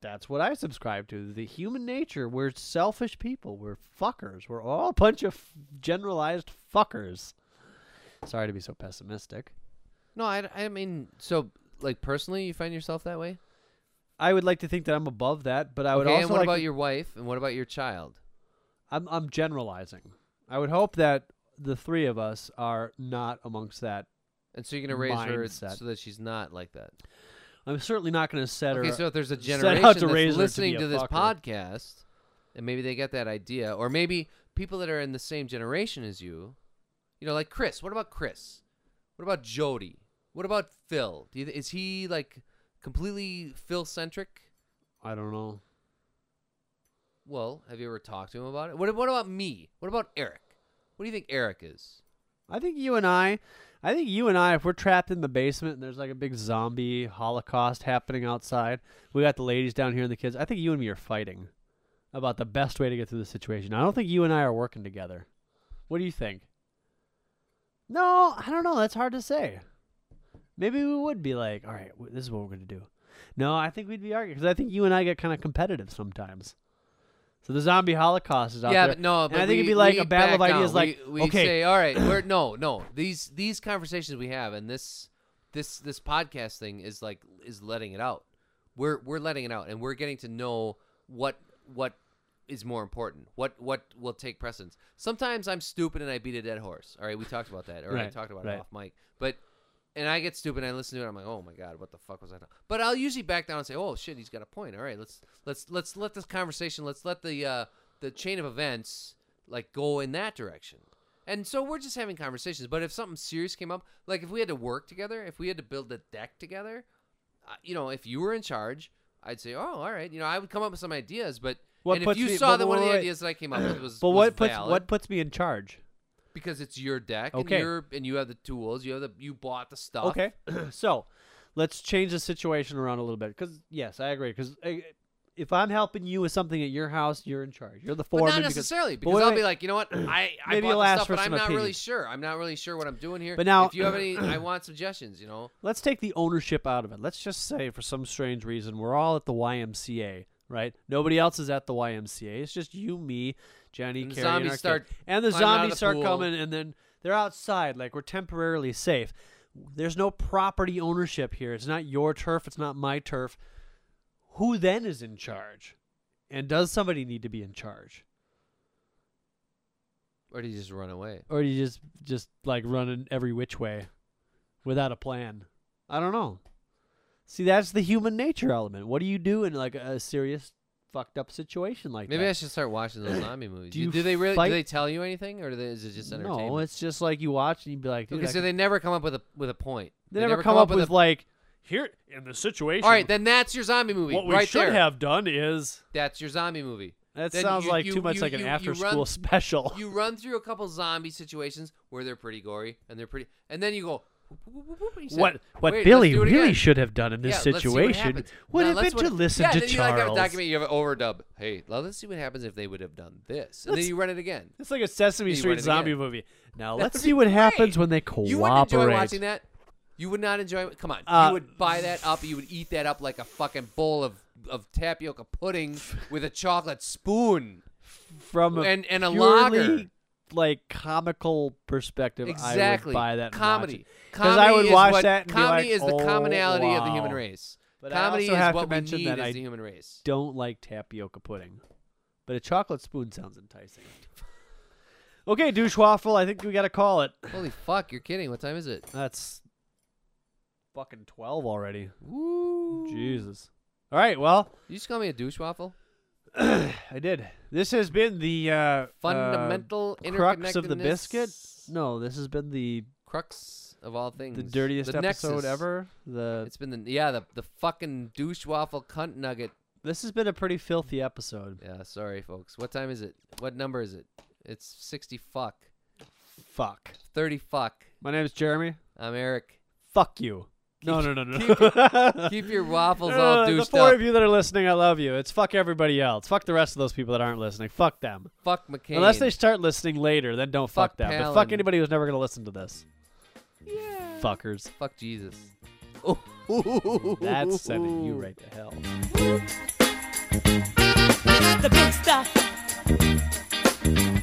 [SPEAKER 1] that's what I subscribe to. The human nature. We're selfish people. We're fuckers. We're all a bunch of f- generalized fuckers. Sorry to be so pessimistic.
[SPEAKER 3] No, I, I mean, so like personally, you find yourself that way.
[SPEAKER 1] I would like to think that I'm above that, but I would
[SPEAKER 3] okay,
[SPEAKER 1] also
[SPEAKER 3] and what
[SPEAKER 1] like
[SPEAKER 3] about
[SPEAKER 1] to-
[SPEAKER 3] your wife and what about your child?
[SPEAKER 1] I'm I'm generalizing. I would hope that the three of us are not amongst that.
[SPEAKER 3] And so you're gonna raise her s-
[SPEAKER 1] Mindset.
[SPEAKER 3] so that she's not like that.
[SPEAKER 1] I'm certainly not going to set
[SPEAKER 3] Okay,
[SPEAKER 1] her.
[SPEAKER 3] so if there's a
[SPEAKER 1] set
[SPEAKER 3] generation
[SPEAKER 1] out to
[SPEAKER 3] that's
[SPEAKER 1] raise her to
[SPEAKER 3] listening
[SPEAKER 1] be
[SPEAKER 3] to,
[SPEAKER 1] a
[SPEAKER 3] this
[SPEAKER 1] fucker.
[SPEAKER 3] podcast, and maybe they get that idea, or maybe people that are in the same generation as you, you know, like Chris. What about Chris? What about Jody? What about Phil? Do you, th- is he like completely Phil centric?
[SPEAKER 1] I don't know.
[SPEAKER 3] Well, have you ever talked to him about it? What, what about me? What about Eric? What do you think Eric is?
[SPEAKER 1] I think you and I, I think you and I, if we're trapped in the basement and there's like a big zombie holocaust happening outside, we got the ladies down here and the kids. I think you and me are fighting about the best way to get through the situation. I don't think you and I are working together. What do you think? No, I don't know. That's hard to say. Maybe we would be like, all right, w- this is what we're going to do. No, I think we'd be arguing because I think you and I get kind of competitive sometimes. So the zombie holocaust is out
[SPEAKER 3] yeah,
[SPEAKER 1] there.
[SPEAKER 3] but no,
[SPEAKER 1] and
[SPEAKER 3] but
[SPEAKER 1] I think
[SPEAKER 3] we,
[SPEAKER 1] it'd be like
[SPEAKER 3] we
[SPEAKER 1] a battle of
[SPEAKER 3] back
[SPEAKER 1] ideas.
[SPEAKER 3] down.
[SPEAKER 1] Like,
[SPEAKER 3] we, we
[SPEAKER 1] okay,
[SPEAKER 3] say, all right, we're no, no. These these conversations we have and this this this podcast thing is like is letting it out. We're we're letting it out, and we're getting to know what what is more important. What what will take precedence? Sometimes I'm stupid and I beat a dead horse. All right, we talked about that, or I
[SPEAKER 1] Right,
[SPEAKER 3] talked about
[SPEAKER 1] right.
[SPEAKER 3] it off mic, but. And I get stupid. and I listen to it. I'm like, oh my god, what the fuck was I? Talking? But I'll usually back down and say, oh shit, he's got a point. All right, let's let's let's let this conversation. Let's let the uh, the chain of events like go in that direction. And so we're just having conversations. But if something serious came up, like if we had to work together, if we had to build a deck together, uh, you know, if you were in charge, I'd say, oh, all right. You know, I would come up with some ideas, but
[SPEAKER 5] What
[SPEAKER 3] and if
[SPEAKER 5] puts
[SPEAKER 3] you
[SPEAKER 5] me-
[SPEAKER 3] saw
[SPEAKER 5] but
[SPEAKER 3] that one of
[SPEAKER 5] wait,
[SPEAKER 3] the
[SPEAKER 5] wait.
[SPEAKER 3] ideas that I came up with was
[SPEAKER 1] But
[SPEAKER 3] was
[SPEAKER 1] what puts
[SPEAKER 3] valid,
[SPEAKER 1] what puts me in charge?
[SPEAKER 3] because it's your deck
[SPEAKER 5] Okay.
[SPEAKER 3] and your and you have the tools, you have the you bought the stuff.
[SPEAKER 1] Okay, so let's change the situation around a little bit because yes, I agree. Because if I'm helping you with something at your house, you're in charge. You're the
[SPEAKER 3] But
[SPEAKER 1] foreman.
[SPEAKER 3] not
[SPEAKER 1] because-
[SPEAKER 3] necessarily
[SPEAKER 1] but
[SPEAKER 3] because
[SPEAKER 1] wait,
[SPEAKER 3] I'll
[SPEAKER 1] wait.
[SPEAKER 3] be like, you know what, I, I
[SPEAKER 1] Maybe
[SPEAKER 3] bought
[SPEAKER 1] you'll
[SPEAKER 3] the
[SPEAKER 1] ask
[SPEAKER 3] stuff,
[SPEAKER 1] for
[SPEAKER 3] but I'm
[SPEAKER 1] some
[SPEAKER 3] not really
[SPEAKER 1] opinions.
[SPEAKER 3] sure. I'm not really sure what I'm doing here.
[SPEAKER 1] But now-
[SPEAKER 3] if you have any, I want suggestions. You know,
[SPEAKER 1] let's take the ownership out of it. Let's just say, for some strange reason, we're all at the YMCA, right? Nobody else is at the YMCA. It's just you, me, Johnny,
[SPEAKER 3] And the
[SPEAKER 1] Carrie, and
[SPEAKER 3] zombies
[SPEAKER 1] our kid.
[SPEAKER 3] start
[SPEAKER 1] and the
[SPEAKER 3] climbing out of
[SPEAKER 1] zombies
[SPEAKER 3] the
[SPEAKER 1] start
[SPEAKER 3] pool.
[SPEAKER 1] coming, and then they're outside, like we're temporarily safe. There's no property ownership here. It's not your turf. It's not my turf. Who then is in charge? And does somebody need to be in charge,
[SPEAKER 3] or do you just run away?
[SPEAKER 1] or do you just just like running every which way without a plan? I don't know. See, that's the human nature element. What do you do in like a serious fucked up situation like
[SPEAKER 3] Maybe I
[SPEAKER 1] that?
[SPEAKER 3] should start watching those zombie movies.
[SPEAKER 1] Do
[SPEAKER 3] Do,
[SPEAKER 1] you
[SPEAKER 3] do they really?
[SPEAKER 1] fight-
[SPEAKER 3] Do they tell you anything, or do they, is it just entertainment?
[SPEAKER 1] no, it's just like you watch and you'd be like, dude,
[SPEAKER 3] okay.
[SPEAKER 1] I
[SPEAKER 3] So
[SPEAKER 1] could-
[SPEAKER 3] they never come up with a with a point.
[SPEAKER 1] they, never, come, up with,
[SPEAKER 3] a,
[SPEAKER 1] like here in the situation.
[SPEAKER 3] all right, then that's your zombie movie.
[SPEAKER 1] what we
[SPEAKER 3] right
[SPEAKER 1] should
[SPEAKER 3] there.
[SPEAKER 1] have done is
[SPEAKER 3] That's your zombie movie.
[SPEAKER 1] that
[SPEAKER 3] Then
[SPEAKER 1] sounds
[SPEAKER 3] you-
[SPEAKER 1] like
[SPEAKER 3] you-
[SPEAKER 1] too much
[SPEAKER 3] you-
[SPEAKER 1] like an
[SPEAKER 3] you- you
[SPEAKER 1] after school
[SPEAKER 3] run-
[SPEAKER 1] special.
[SPEAKER 3] You run through a couple zombie situations where they're pretty gory and they're pretty, and then you go. "Whoop, whoop, whoop, whoop," and you say,
[SPEAKER 1] what what
[SPEAKER 3] "Wait,
[SPEAKER 1] Billy
[SPEAKER 3] let's do it
[SPEAKER 1] really
[SPEAKER 3] again."
[SPEAKER 1] should have done in this
[SPEAKER 3] Yeah, let's see what
[SPEAKER 1] situation
[SPEAKER 3] happens.
[SPEAKER 1] would
[SPEAKER 3] Now,
[SPEAKER 1] have
[SPEAKER 3] let's
[SPEAKER 1] been to
[SPEAKER 3] what-
[SPEAKER 1] listen
[SPEAKER 3] yeah,
[SPEAKER 1] to
[SPEAKER 3] then You like
[SPEAKER 1] Charles.
[SPEAKER 3] have a document. You have an overdub. Hey, now let's see what happens if they would have done this, and
[SPEAKER 1] Let's-
[SPEAKER 3] then you run it again.
[SPEAKER 1] it's like a Sesame
[SPEAKER 3] You
[SPEAKER 1] Street
[SPEAKER 3] run it
[SPEAKER 1] zombie
[SPEAKER 3] again.
[SPEAKER 1] movie. Now
[SPEAKER 3] That'd
[SPEAKER 1] let's
[SPEAKER 3] be
[SPEAKER 1] see what happens
[SPEAKER 3] great.
[SPEAKER 1] when they
[SPEAKER 3] You wouldn't enjoy
[SPEAKER 1] cooperate.
[SPEAKER 3] watching that. You would not enjoy. Come on,
[SPEAKER 1] Uh,
[SPEAKER 3] you would buy that up. You would eat that up like a fucking bowl of of tapioca pudding with a chocolate spoon.
[SPEAKER 1] From a
[SPEAKER 3] And- and a
[SPEAKER 1] purely,
[SPEAKER 3] lager.
[SPEAKER 1] like comical perspective.
[SPEAKER 3] Exactly.
[SPEAKER 1] I would buy that and watch
[SPEAKER 3] comedy.
[SPEAKER 1] it.
[SPEAKER 3] Comedy
[SPEAKER 1] I would
[SPEAKER 3] is
[SPEAKER 1] watch
[SPEAKER 3] what-
[SPEAKER 1] that and be like,
[SPEAKER 3] comedy is the commonality
[SPEAKER 1] "Oh,
[SPEAKER 3] of the human
[SPEAKER 1] wow."
[SPEAKER 3] race.
[SPEAKER 1] But I
[SPEAKER 3] comedy
[SPEAKER 1] also
[SPEAKER 3] is
[SPEAKER 1] have to
[SPEAKER 3] what we
[SPEAKER 1] mention
[SPEAKER 3] need
[SPEAKER 1] that
[SPEAKER 3] as
[SPEAKER 1] I
[SPEAKER 3] the human race.
[SPEAKER 1] Don't like tapioca pudding, but a chocolate spoon sounds enticing. Okay, douchewaffle. I think we got to call it.
[SPEAKER 3] Holy fuck, you're kidding. What time is it?
[SPEAKER 1] That's fucking twelve already.
[SPEAKER 3] Woo.
[SPEAKER 1] Jesus. All right. Well,
[SPEAKER 3] You just call me a douche waffle?
[SPEAKER 1] I did. This has been the uh,
[SPEAKER 3] Fundamental
[SPEAKER 1] uh, crux of the biscuit.
[SPEAKER 3] interconnectedness.
[SPEAKER 1] No, this has been the
[SPEAKER 3] Crux of all things.
[SPEAKER 1] the dirtiest
[SPEAKER 3] The
[SPEAKER 1] episode
[SPEAKER 3] nexus.
[SPEAKER 1] ever. The
[SPEAKER 3] It's been the yeah, the the fucking douche waffle cunt nugget.
[SPEAKER 1] this has been a pretty filthy episode.
[SPEAKER 3] Yeah, sorry folks. What time is it? What number is it? It's 60 fuck.
[SPEAKER 1] Fuck.
[SPEAKER 3] 30 fuck.
[SPEAKER 1] My name's Jeremy.
[SPEAKER 3] I'm Eric.
[SPEAKER 1] Fuck you. No, no, no, no.
[SPEAKER 3] keep Keep your waffles all
[SPEAKER 1] Uh, the
[SPEAKER 3] douched
[SPEAKER 1] four
[SPEAKER 3] up.
[SPEAKER 1] of you that are listening, I love you. It's fuck everybody else. Fuck the rest of those people that aren't listening. Fuck them.
[SPEAKER 3] Fuck McCain.
[SPEAKER 1] Unless they start listening later, then don't fuck,
[SPEAKER 3] Fuck
[SPEAKER 1] them. But
[SPEAKER 3] Palin.
[SPEAKER 1] fuck anybody who's never gonna listen to this. Fuckers.
[SPEAKER 3] fuck Jesus.
[SPEAKER 1] That's sending you right to hell.
[SPEAKER 6] the big stuff.